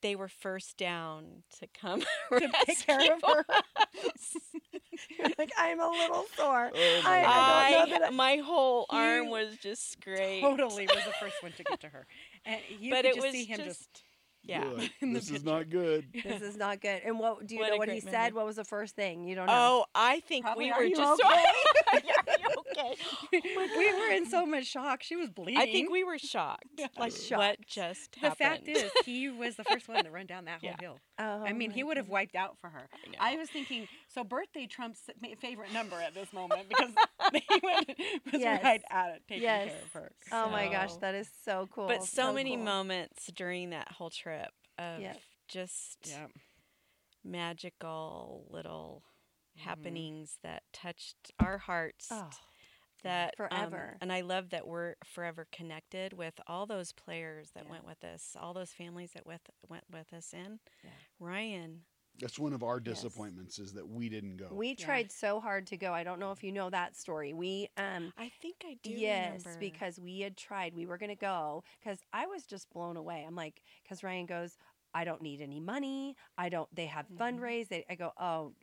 Speaker 5: they were first down to come
Speaker 6: To take
Speaker 5: rescue
Speaker 6: care of her.
Speaker 5: us.
Speaker 3: like I'm a little sore.
Speaker 2: Oh, my
Speaker 3: I-
Speaker 2: God.
Speaker 3: I
Speaker 5: I,
Speaker 3: don't know that I-
Speaker 5: my whole arm
Speaker 6: You
Speaker 5: was just scraped.
Speaker 6: Totally was the first one to get to her. And you could
Speaker 5: but it
Speaker 6: just
Speaker 5: was
Speaker 6: see him
Speaker 5: just,
Speaker 6: just
Speaker 5: yeah.
Speaker 2: You're like,
Speaker 6: in the
Speaker 2: this is not good.
Speaker 3: This is not good. And what do you
Speaker 5: What
Speaker 3: know
Speaker 5: a
Speaker 3: what he
Speaker 5: great
Speaker 3: said?
Speaker 5: memory.
Speaker 3: What was the first thing? You don't know.
Speaker 5: Oh, I think
Speaker 6: Probably,
Speaker 5: we
Speaker 6: "Are
Speaker 5: were
Speaker 6: you
Speaker 5: just
Speaker 6: okay?"
Speaker 5: Yeah, are you okay?
Speaker 6: we were in so much shock. She was bleeding.
Speaker 5: I think we were shocked. Like what
Speaker 3: Shocked.
Speaker 5: just
Speaker 4: The
Speaker 5: happened?
Speaker 4: fact is, he was the first one to run down that whole
Speaker 5: Yeah.
Speaker 4: hill.
Speaker 3: Oh,
Speaker 6: I mean, he
Speaker 3: my
Speaker 6: would have wiped out for her. I, was thinking, so birthday trumps ma- favorite number at this moment because he went, was
Speaker 3: Yes.
Speaker 6: right at it taking
Speaker 3: Yes.
Speaker 6: care of her.
Speaker 3: Oh my gosh,
Speaker 5: So-
Speaker 3: that is so cool.
Speaker 5: but so, many
Speaker 3: cool.
Speaker 5: moments during that whole trip of
Speaker 3: Yep.
Speaker 5: just
Speaker 6: Yeah.
Speaker 5: magical little
Speaker 6: Mm-hmm.
Speaker 5: happenings that touched our hearts.
Speaker 3: Mm-hmm. Oh,
Speaker 5: that um,
Speaker 3: forever.
Speaker 5: and I love that we're forever connected with all those players that
Speaker 3: Yeah.
Speaker 5: went with us, all those families that with went with us, and
Speaker 3: Yeah.
Speaker 5: Ryan.
Speaker 2: That's one of our
Speaker 3: Yes.
Speaker 2: disappointments is that we didn't go.
Speaker 3: we tried so hard to go. I don't know if you know that story. We um
Speaker 5: I think I do.
Speaker 3: yes,
Speaker 5: remember.
Speaker 3: because we had tried. We were going to go cuz I was just blown away. I'm like cuz Ryan goes, "I don't need any money. I don't they have
Speaker 6: Mhm.
Speaker 3: fundraise." They, I go, "Oh,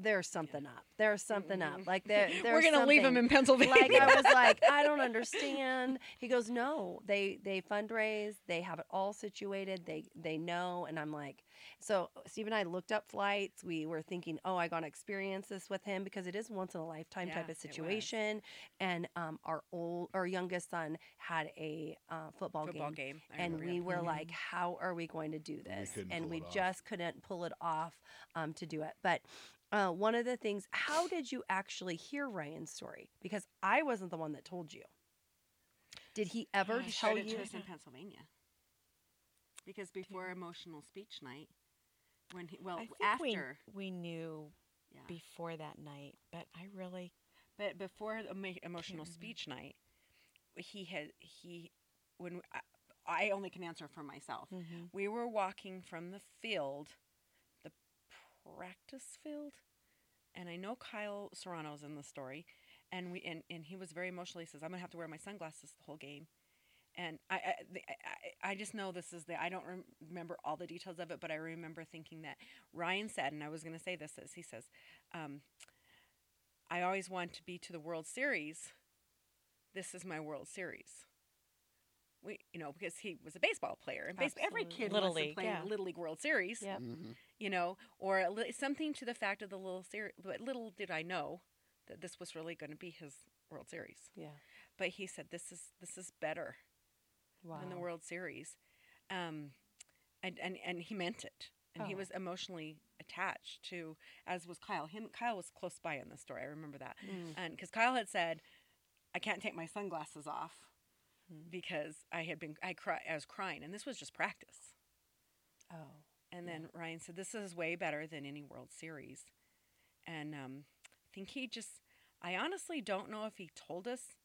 Speaker 3: there's something up. There's something up. Like there, there's
Speaker 6: We're going to leave him
Speaker 3: something."
Speaker 6: in Pennsylvania.
Speaker 3: like I was like, I don't understand. He goes, No, they they fundraise, they have it all situated, they they know, and I'm like, so Steve and I looked up flights. We were thinking, oh, I gotta experience this with him because it is once in a lifetime type
Speaker 4: Yeah,
Speaker 3: of
Speaker 4: it was.
Speaker 3: situation. And um, our old our youngest son had a uh, football,
Speaker 4: Football
Speaker 3: game.
Speaker 4: game. I
Speaker 3: And
Speaker 4: remember
Speaker 3: we
Speaker 4: that.
Speaker 3: were
Speaker 5: Mhm.
Speaker 3: like,
Speaker 4: Mm-hmm.
Speaker 3: how are we going to do this?
Speaker 2: couldn't
Speaker 3: and
Speaker 2: pull
Speaker 3: we
Speaker 2: it off.
Speaker 3: just couldn't pull it off um, to do it. But uh, one of the things, how did you actually hear Ryan's story? Because I wasn't the one that told you. Did he ever
Speaker 5: I
Speaker 3: tell
Speaker 5: shared
Speaker 4: showed
Speaker 5: it
Speaker 4: it
Speaker 3: you?
Speaker 4: to us in Pennsylvania. Because before emotional speech night, when he, well
Speaker 5: I think we-
Speaker 4: after
Speaker 5: we, knew
Speaker 4: yeah.
Speaker 5: before that night, but I really
Speaker 4: but before the emo- emotional
Speaker 3: mm-hmm.
Speaker 5: remember.
Speaker 4: speech night, he had he when I, I only can answer for myself.
Speaker 3: Mm-hmm.
Speaker 4: We were walking from the field, the practice field, and I know Kyle Serrano's in the story, and we and, and he was very emotional. He says, "I'm gonna have to wear my sunglasses the whole game," and I I, the, I- I I just know this is the I don't rem- remember all the details of it, but I remember thinking that Ryan said, and I was gonna say this as he says, um, "I always want to be to the World Series. This is my World Series." We, you know, because he was a baseball player, and baseball, every
Speaker 5: Absolutely.
Speaker 4: kid
Speaker 5: Little
Speaker 4: wants to
Speaker 5: league,
Speaker 4: play
Speaker 5: yeah.
Speaker 4: Little League World Series
Speaker 5: yeah.
Speaker 2: Mhm.
Speaker 4: you know, or a li- something to the fact of the little series. But little did I know that this was really going to be his World Series.
Speaker 3: Yeah.
Speaker 4: But he said, "This is this is better
Speaker 3: Wow.
Speaker 4: than the World Series," um, and and and he meant it, and he
Speaker 3: Oh.
Speaker 4: was emotionally attached to, as was Kyle. Him, Kyle was close by in the story. I remember that,
Speaker 3: Mm.
Speaker 4: and because Kyle had said, "I can't take my sunglasses off."
Speaker 3: Hmm.
Speaker 5: Mm.
Speaker 4: Because I had been, I cry, I was crying, and this was just practice.
Speaker 3: Oh.
Speaker 4: And then Ryan said, "This is way better than any World Series," and um, I think he just—I honestly don't know if he told us.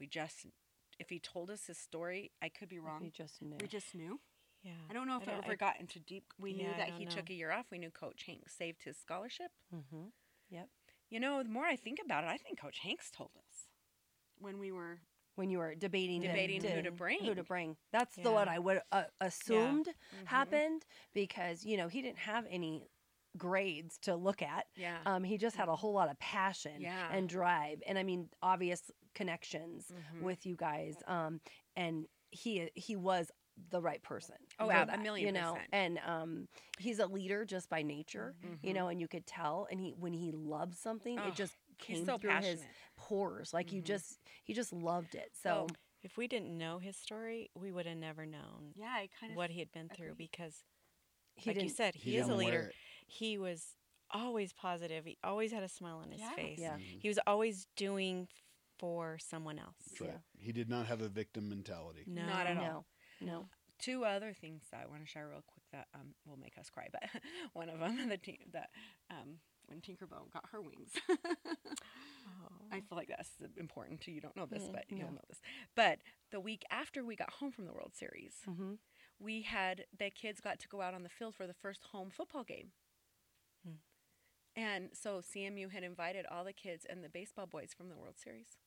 Speaker 4: We just—if he told us his story, I could be
Speaker 3: You
Speaker 4: wrong.
Speaker 3: just knew.
Speaker 4: We just knew.
Speaker 5: yeah.
Speaker 4: I don't know if
Speaker 5: I
Speaker 4: I
Speaker 5: don't-
Speaker 4: ever
Speaker 5: I-
Speaker 4: got into deep. We knew
Speaker 5: Yeah, I
Speaker 4: that
Speaker 5: don't
Speaker 4: he took a
Speaker 5: know.
Speaker 4: year off. We knew Coach Hanks saved his scholarship.
Speaker 3: mm-hmm.
Speaker 4: You know, the more I think about it, I think Coach Hanks told us when we were
Speaker 3: When you were debating to-
Speaker 4: debating
Speaker 3: to,
Speaker 4: who to bring.
Speaker 3: who to bring. That's the one
Speaker 5: Yeah.
Speaker 3: I would uh, assumed
Speaker 4: Mhm.
Speaker 3: happened because you know he didn't have any grades to look at.
Speaker 4: Yeah.
Speaker 3: Um, he just had a whole lot of passion
Speaker 4: Yeah.
Speaker 3: and drive, and I mean obvious connections
Speaker 4: Mhm.
Speaker 3: with you guys. Um, and he he was the right person.
Speaker 4: Oh,
Speaker 3: for
Speaker 4: yeah, a
Speaker 3: that,
Speaker 4: million
Speaker 3: You know,
Speaker 4: percent.
Speaker 3: and um, he's a leader just by nature.
Speaker 4: Mm-hmm.
Speaker 3: You know, and you could tell. And he when he loves something,
Speaker 4: Oh,
Speaker 3: it just
Speaker 4: he's
Speaker 3: came
Speaker 4: so
Speaker 3: through
Speaker 4: passionate. Mm-hmm.
Speaker 3: his pores. Like you just he just loved it. So
Speaker 4: Oh,
Speaker 5: If we didn't know his story, we would have never known
Speaker 6: Yeah, I kind of
Speaker 5: what he had been through
Speaker 6: agree.
Speaker 5: because,
Speaker 3: he
Speaker 5: like you
Speaker 3: didn't.
Speaker 5: said, he, is a
Speaker 2: didn't wear
Speaker 5: leader.
Speaker 2: it.
Speaker 5: He was always positive. He always had a smile on his
Speaker 6: Yeah.
Speaker 5: face.
Speaker 3: Yeah.
Speaker 5: He was always doing for someone else.
Speaker 2: Mm-hmm. That's right. He did not have a victim mentality.
Speaker 5: No.
Speaker 4: Not at all.
Speaker 3: no, no.
Speaker 4: two other things that I want to share real quick that um, will make us cry. But one of them, the, t- the um, when Tinkerbell got her wings,
Speaker 5: Oh.
Speaker 4: I feel like that's important too. You don't know this, but you'll know this. But the week after we got home from the World Series,
Speaker 3: Mhm.
Speaker 4: we had the kids got to go out on the field for the first home football game.
Speaker 5: Hmm.
Speaker 4: And so CMU had invited all the kids and the baseball boys from the World Series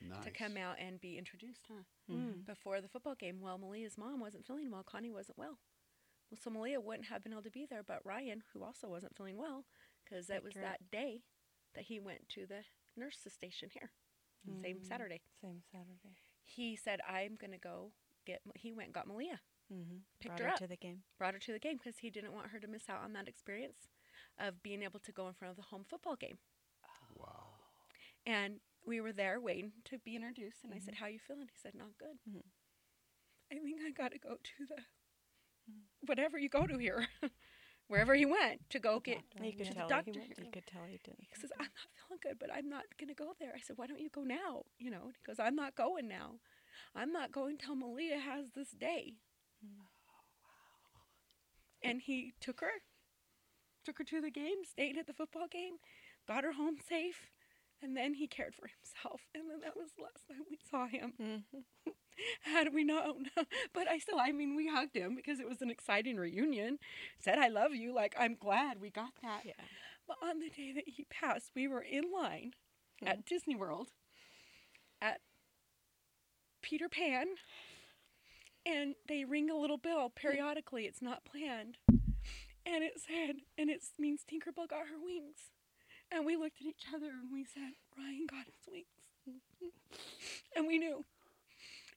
Speaker 2: Nice.
Speaker 4: to come out and be introduced, huh?
Speaker 3: mm-hmm.
Speaker 4: Before the football game, well, Malia's mom wasn't feeling well. Connie wasn't well. Well, so Malia wouldn't have been able to be there, but Ryan, who also wasn't feeling well, because that was
Speaker 5: Picked her up.
Speaker 4: that day that he went to the nurse's station here, same
Speaker 5: Mm.
Speaker 4: Saturday.
Speaker 3: Same Saturday.
Speaker 4: He said, "I'm gonna go get." Ma-" He went and got Malia,
Speaker 5: Mm-hmm.
Speaker 4: Picked
Speaker 5: Brought
Speaker 4: her up.
Speaker 5: to the game.
Speaker 4: brought her to the game because he didn't want her to miss out on that experience of being able to go in front of the home football game.
Speaker 2: Wow.
Speaker 4: And we were there waiting to be introduced. And I
Speaker 5: Mm-hmm.
Speaker 4: said, How you feeling? He said, Not good.
Speaker 5: Mhm.
Speaker 4: I think I got to go to the
Speaker 5: Mm-hmm.
Speaker 4: whatever you go to here, wherever he went to go get.
Speaker 5: You could
Speaker 4: to the
Speaker 5: tell.
Speaker 4: doctor
Speaker 5: he,
Speaker 4: here.
Speaker 5: you could tell he didn't.
Speaker 4: He says, I'm not feeling good, but I'm not going to go there. I said, Why don't you go now? You know, and he goes, I'm not going now. I'm not going till Malia has this day. And he took her, took her to the game, stayed at the football game, got her home safe, and then he cared for himself. And then that was the last time we saw him. Had we known. but I still, I mean, we hugged him because it was an exciting reunion. Said, I love you. Like, I'm glad we got that.
Speaker 5: Yeah.
Speaker 4: But on the day that he passed, we were in line at Disney World at Peter Pan, and they ring a little bell periodically. It's not planned. And it said, and it means Tinkerbell got her wings. And we looked at each other and we said, Ryan got his wings. and we knew.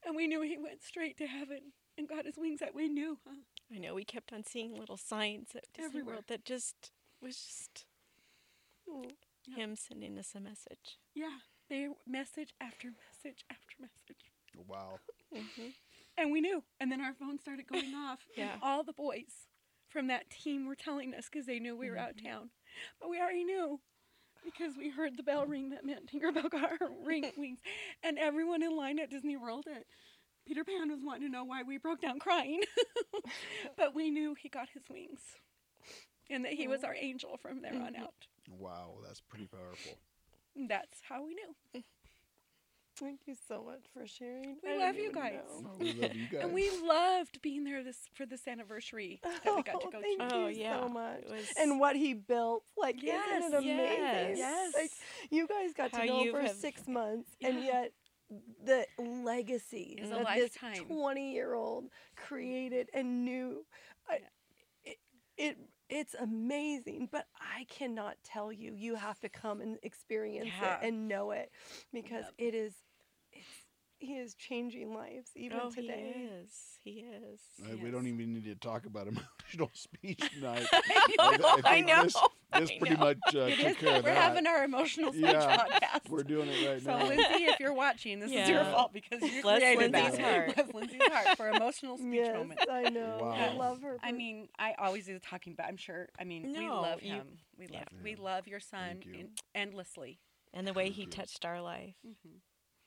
Speaker 4: And we knew he went straight to heaven and got his wings that we knew, huh?
Speaker 5: I know we kept on seeing little signs at Disney
Speaker 4: Everywhere.
Speaker 5: World that just was just
Speaker 4: Yeah.
Speaker 5: him sending us a message.
Speaker 4: Yeah. They message after message after message.
Speaker 2: Wow.
Speaker 5: Mm-hmm.
Speaker 4: And we knew. And then our phone started going off.
Speaker 5: Yeah.
Speaker 4: And all the boys from that team were telling us because they knew we were out of town. But we already knew because we heard the bell ring that meant Tinkerbell got her ring wings. And everyone in line at Disney World at Peter Pan was wanting to know why we broke down crying. but we knew he got his wings and that he was our angel from there on out.
Speaker 2: Wow. That's pretty powerful.
Speaker 4: And That's how we knew.
Speaker 7: Thank you so much for sharing.
Speaker 4: We
Speaker 7: I didn't
Speaker 4: love you
Speaker 7: even
Speaker 4: guys.
Speaker 7: know.
Speaker 2: We love you guys.
Speaker 4: And we loved being there this for this anniversary that we got to
Speaker 7: Oh,
Speaker 4: go
Speaker 7: thank
Speaker 4: to.
Speaker 5: Oh,
Speaker 7: you
Speaker 5: yeah.
Speaker 7: so much.
Speaker 5: It was
Speaker 7: And what he built, like,
Speaker 4: Yes,
Speaker 7: isn't it amazing?
Speaker 5: yes,
Speaker 7: It's like, you guys got
Speaker 5: How
Speaker 7: to know
Speaker 5: you
Speaker 7: for
Speaker 5: have-
Speaker 7: six months, and yet the legacy
Speaker 4: Is a
Speaker 7: that this
Speaker 4: lifetime.
Speaker 7: twenty-year-old created and knew, I, it, it it's amazing. But I cannot tell you. You have to come and experience
Speaker 5: Yeah.
Speaker 7: it and know it, because it is, it's he is changing lives even
Speaker 5: oh,
Speaker 7: today.
Speaker 5: he is. He is.
Speaker 2: Uh, We don't
Speaker 4: Yes.
Speaker 2: even need to talk about emotional speech tonight. I,
Speaker 5: I
Speaker 2: think
Speaker 5: know,
Speaker 2: This, this
Speaker 5: I
Speaker 2: pretty
Speaker 5: know.
Speaker 2: much uh,
Speaker 4: It
Speaker 2: took
Speaker 4: is-
Speaker 2: care of
Speaker 4: we're
Speaker 2: that.
Speaker 4: having our emotional speech
Speaker 2: Yeah.
Speaker 4: podcast.
Speaker 2: We're doing it right
Speaker 4: so
Speaker 2: now.
Speaker 4: Lindsay, if you're watching, this is your
Speaker 2: Yeah.
Speaker 4: fault because you
Speaker 5: Bless
Speaker 4: created
Speaker 5: Lindsay's
Speaker 4: that.
Speaker 5: heart.
Speaker 4: Bless Lindsay's heart for emotional speech
Speaker 7: yes,
Speaker 4: moment.
Speaker 7: I know. I
Speaker 2: Wow.
Speaker 7: love her.
Speaker 4: I
Speaker 7: for-
Speaker 4: mean, I always do the talking, but I'm sure. I mean, we
Speaker 5: No,
Speaker 4: love
Speaker 5: you-
Speaker 4: him. We love.
Speaker 2: Yeah.
Speaker 4: We love your son
Speaker 2: Thank you.
Speaker 4: in, endlessly.
Speaker 5: And the way
Speaker 2: Thank
Speaker 5: he
Speaker 2: you.
Speaker 5: touched our life
Speaker 4: Mm-hmm.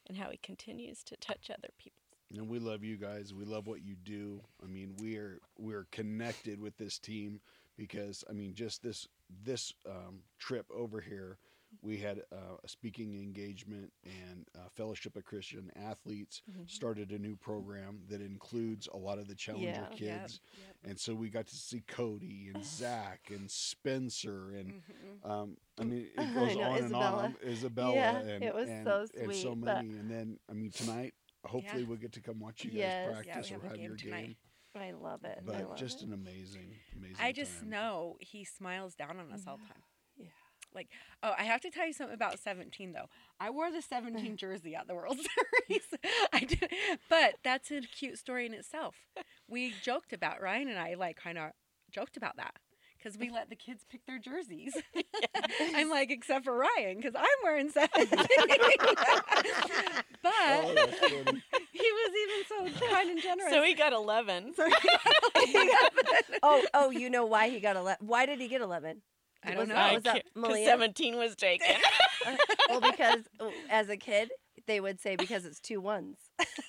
Speaker 5: and how he continues to touch other people.
Speaker 2: And we love you guys. We love what you do. I mean, we're we're connected with this team because I mean, just this this um, trip over here, we had uh, a speaking engagement and uh, Fellowship of Christian Athletes
Speaker 7: Mm-hmm.
Speaker 2: started a new program that includes a lot of the Challenger
Speaker 7: Yeah.
Speaker 2: kids,
Speaker 4: Yep,
Speaker 2: and so we got to see Cody and Zach and Spencer and.
Speaker 5: Mm-hmm.
Speaker 2: Um, I mean,
Speaker 7: I
Speaker 2: it goes
Speaker 7: know,
Speaker 2: on and on. um, Isabella,
Speaker 7: Yeah,
Speaker 2: and
Speaker 7: it was
Speaker 2: and,
Speaker 7: so
Speaker 2: and so
Speaker 7: sweet, but-
Speaker 2: many. And then, I mean, tonight, hopefully, we'll get to come watch you guys
Speaker 7: Yes. Yeah, we
Speaker 2: practice
Speaker 4: have
Speaker 2: or
Speaker 4: a
Speaker 2: have
Speaker 4: game
Speaker 2: your
Speaker 4: tonight.
Speaker 2: game.
Speaker 7: I love it. I
Speaker 2: But
Speaker 7: love
Speaker 2: just
Speaker 7: it.
Speaker 2: an amazing, amazing.
Speaker 4: I just
Speaker 2: time.
Speaker 4: know he smiles down on us all the time.
Speaker 7: Yeah.
Speaker 4: Like, oh, I have to tell you something about 17 though. I wore the 17 jersey at the World Series. I did, but that's a cute story in itself. We joked about Ryan and I like kind of joked about that because we let the kids pick their jerseys. I'm like, except for Ryan because I'm wearing 17. but
Speaker 2: Oh, that's funny.
Speaker 4: he was even so kind and generous.
Speaker 5: So he got 11.
Speaker 3: oh, oh, you know why he got 11. Why did he get 11?
Speaker 4: I
Speaker 3: Was
Speaker 4: don't know.
Speaker 3: that-
Speaker 5: I
Speaker 3: was that
Speaker 5: can't- 'cause
Speaker 3: Malia?
Speaker 5: 17 was taken.
Speaker 3: Well, because oh, as a kid, they would say because it's two ones.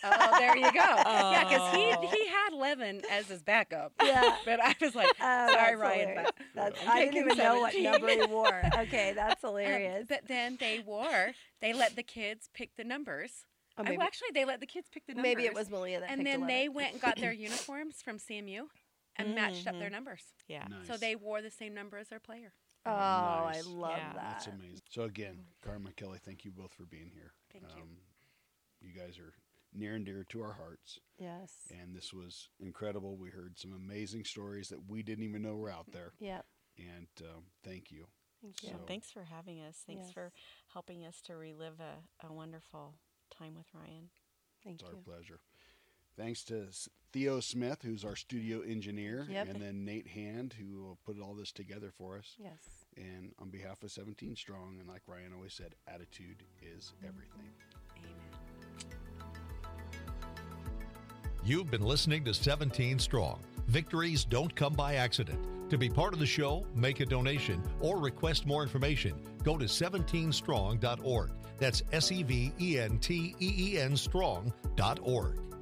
Speaker 4: Oh, there you go. Yeah, because
Speaker 5: Oh.
Speaker 4: he he had Levin as his backup.
Speaker 3: Yeah.
Speaker 4: But I was like,
Speaker 3: Oh,
Speaker 4: sorry,
Speaker 3: that's
Speaker 4: Ryan.
Speaker 3: hilarious.
Speaker 4: But,
Speaker 3: That's,
Speaker 4: I'm
Speaker 3: I didn't
Speaker 4: taking
Speaker 3: even know what
Speaker 4: 17.
Speaker 3: number he wore. Okay, that's
Speaker 4: Um,
Speaker 3: hilarious.
Speaker 4: but then they wore. They let the kids pick the numbers.
Speaker 3: Oh,
Speaker 4: Oh,
Speaker 3: maybe,
Speaker 4: actually, they let the kids pick the numbers.
Speaker 3: maybe it was Malia that
Speaker 4: And
Speaker 3: picked
Speaker 4: then
Speaker 3: 11.
Speaker 4: they went and got their uniforms from CMU and matched up their
Speaker 3: Mm-hmm.
Speaker 4: numbers.
Speaker 5: yeah.
Speaker 4: So
Speaker 2: Nice.
Speaker 4: they wore the same number as their player.
Speaker 3: Oh, I
Speaker 2: Nice.
Speaker 3: love
Speaker 5: Yeah.
Speaker 3: that.
Speaker 2: That's amazing. So again, Karma Kelly, thank you both for being here. Um,
Speaker 4: Thank you.
Speaker 2: you. You guys are near and dear to our hearts,
Speaker 3: Yes.
Speaker 2: and this was incredible. We heard some amazing stories that we didn't even know were out there,
Speaker 3: Yeah.
Speaker 2: and um, thank you.
Speaker 3: Thank you.
Speaker 5: Yeah,
Speaker 2: So-
Speaker 5: Thanks for having us. Thanks for helping us to relive a, a wonderful time with Ryan.
Speaker 3: Thank
Speaker 2: It's
Speaker 3: you.
Speaker 2: our pleasure. Thanks to S- Theo Smith, who's our studio engineer,
Speaker 3: Yep.
Speaker 2: and then Nate Hand, who uh, put all this together for us.
Speaker 3: Yes.
Speaker 2: And on behalf of 17 Strong, and like Ryan always said, attitude is everything.
Speaker 4: Amen.
Speaker 1: You've been listening to 17 Strong. Victories don't come by accident. To be part of the show, make a donation, or request more information, go to 17strong.org. That's S E V E N T E E N strong.org.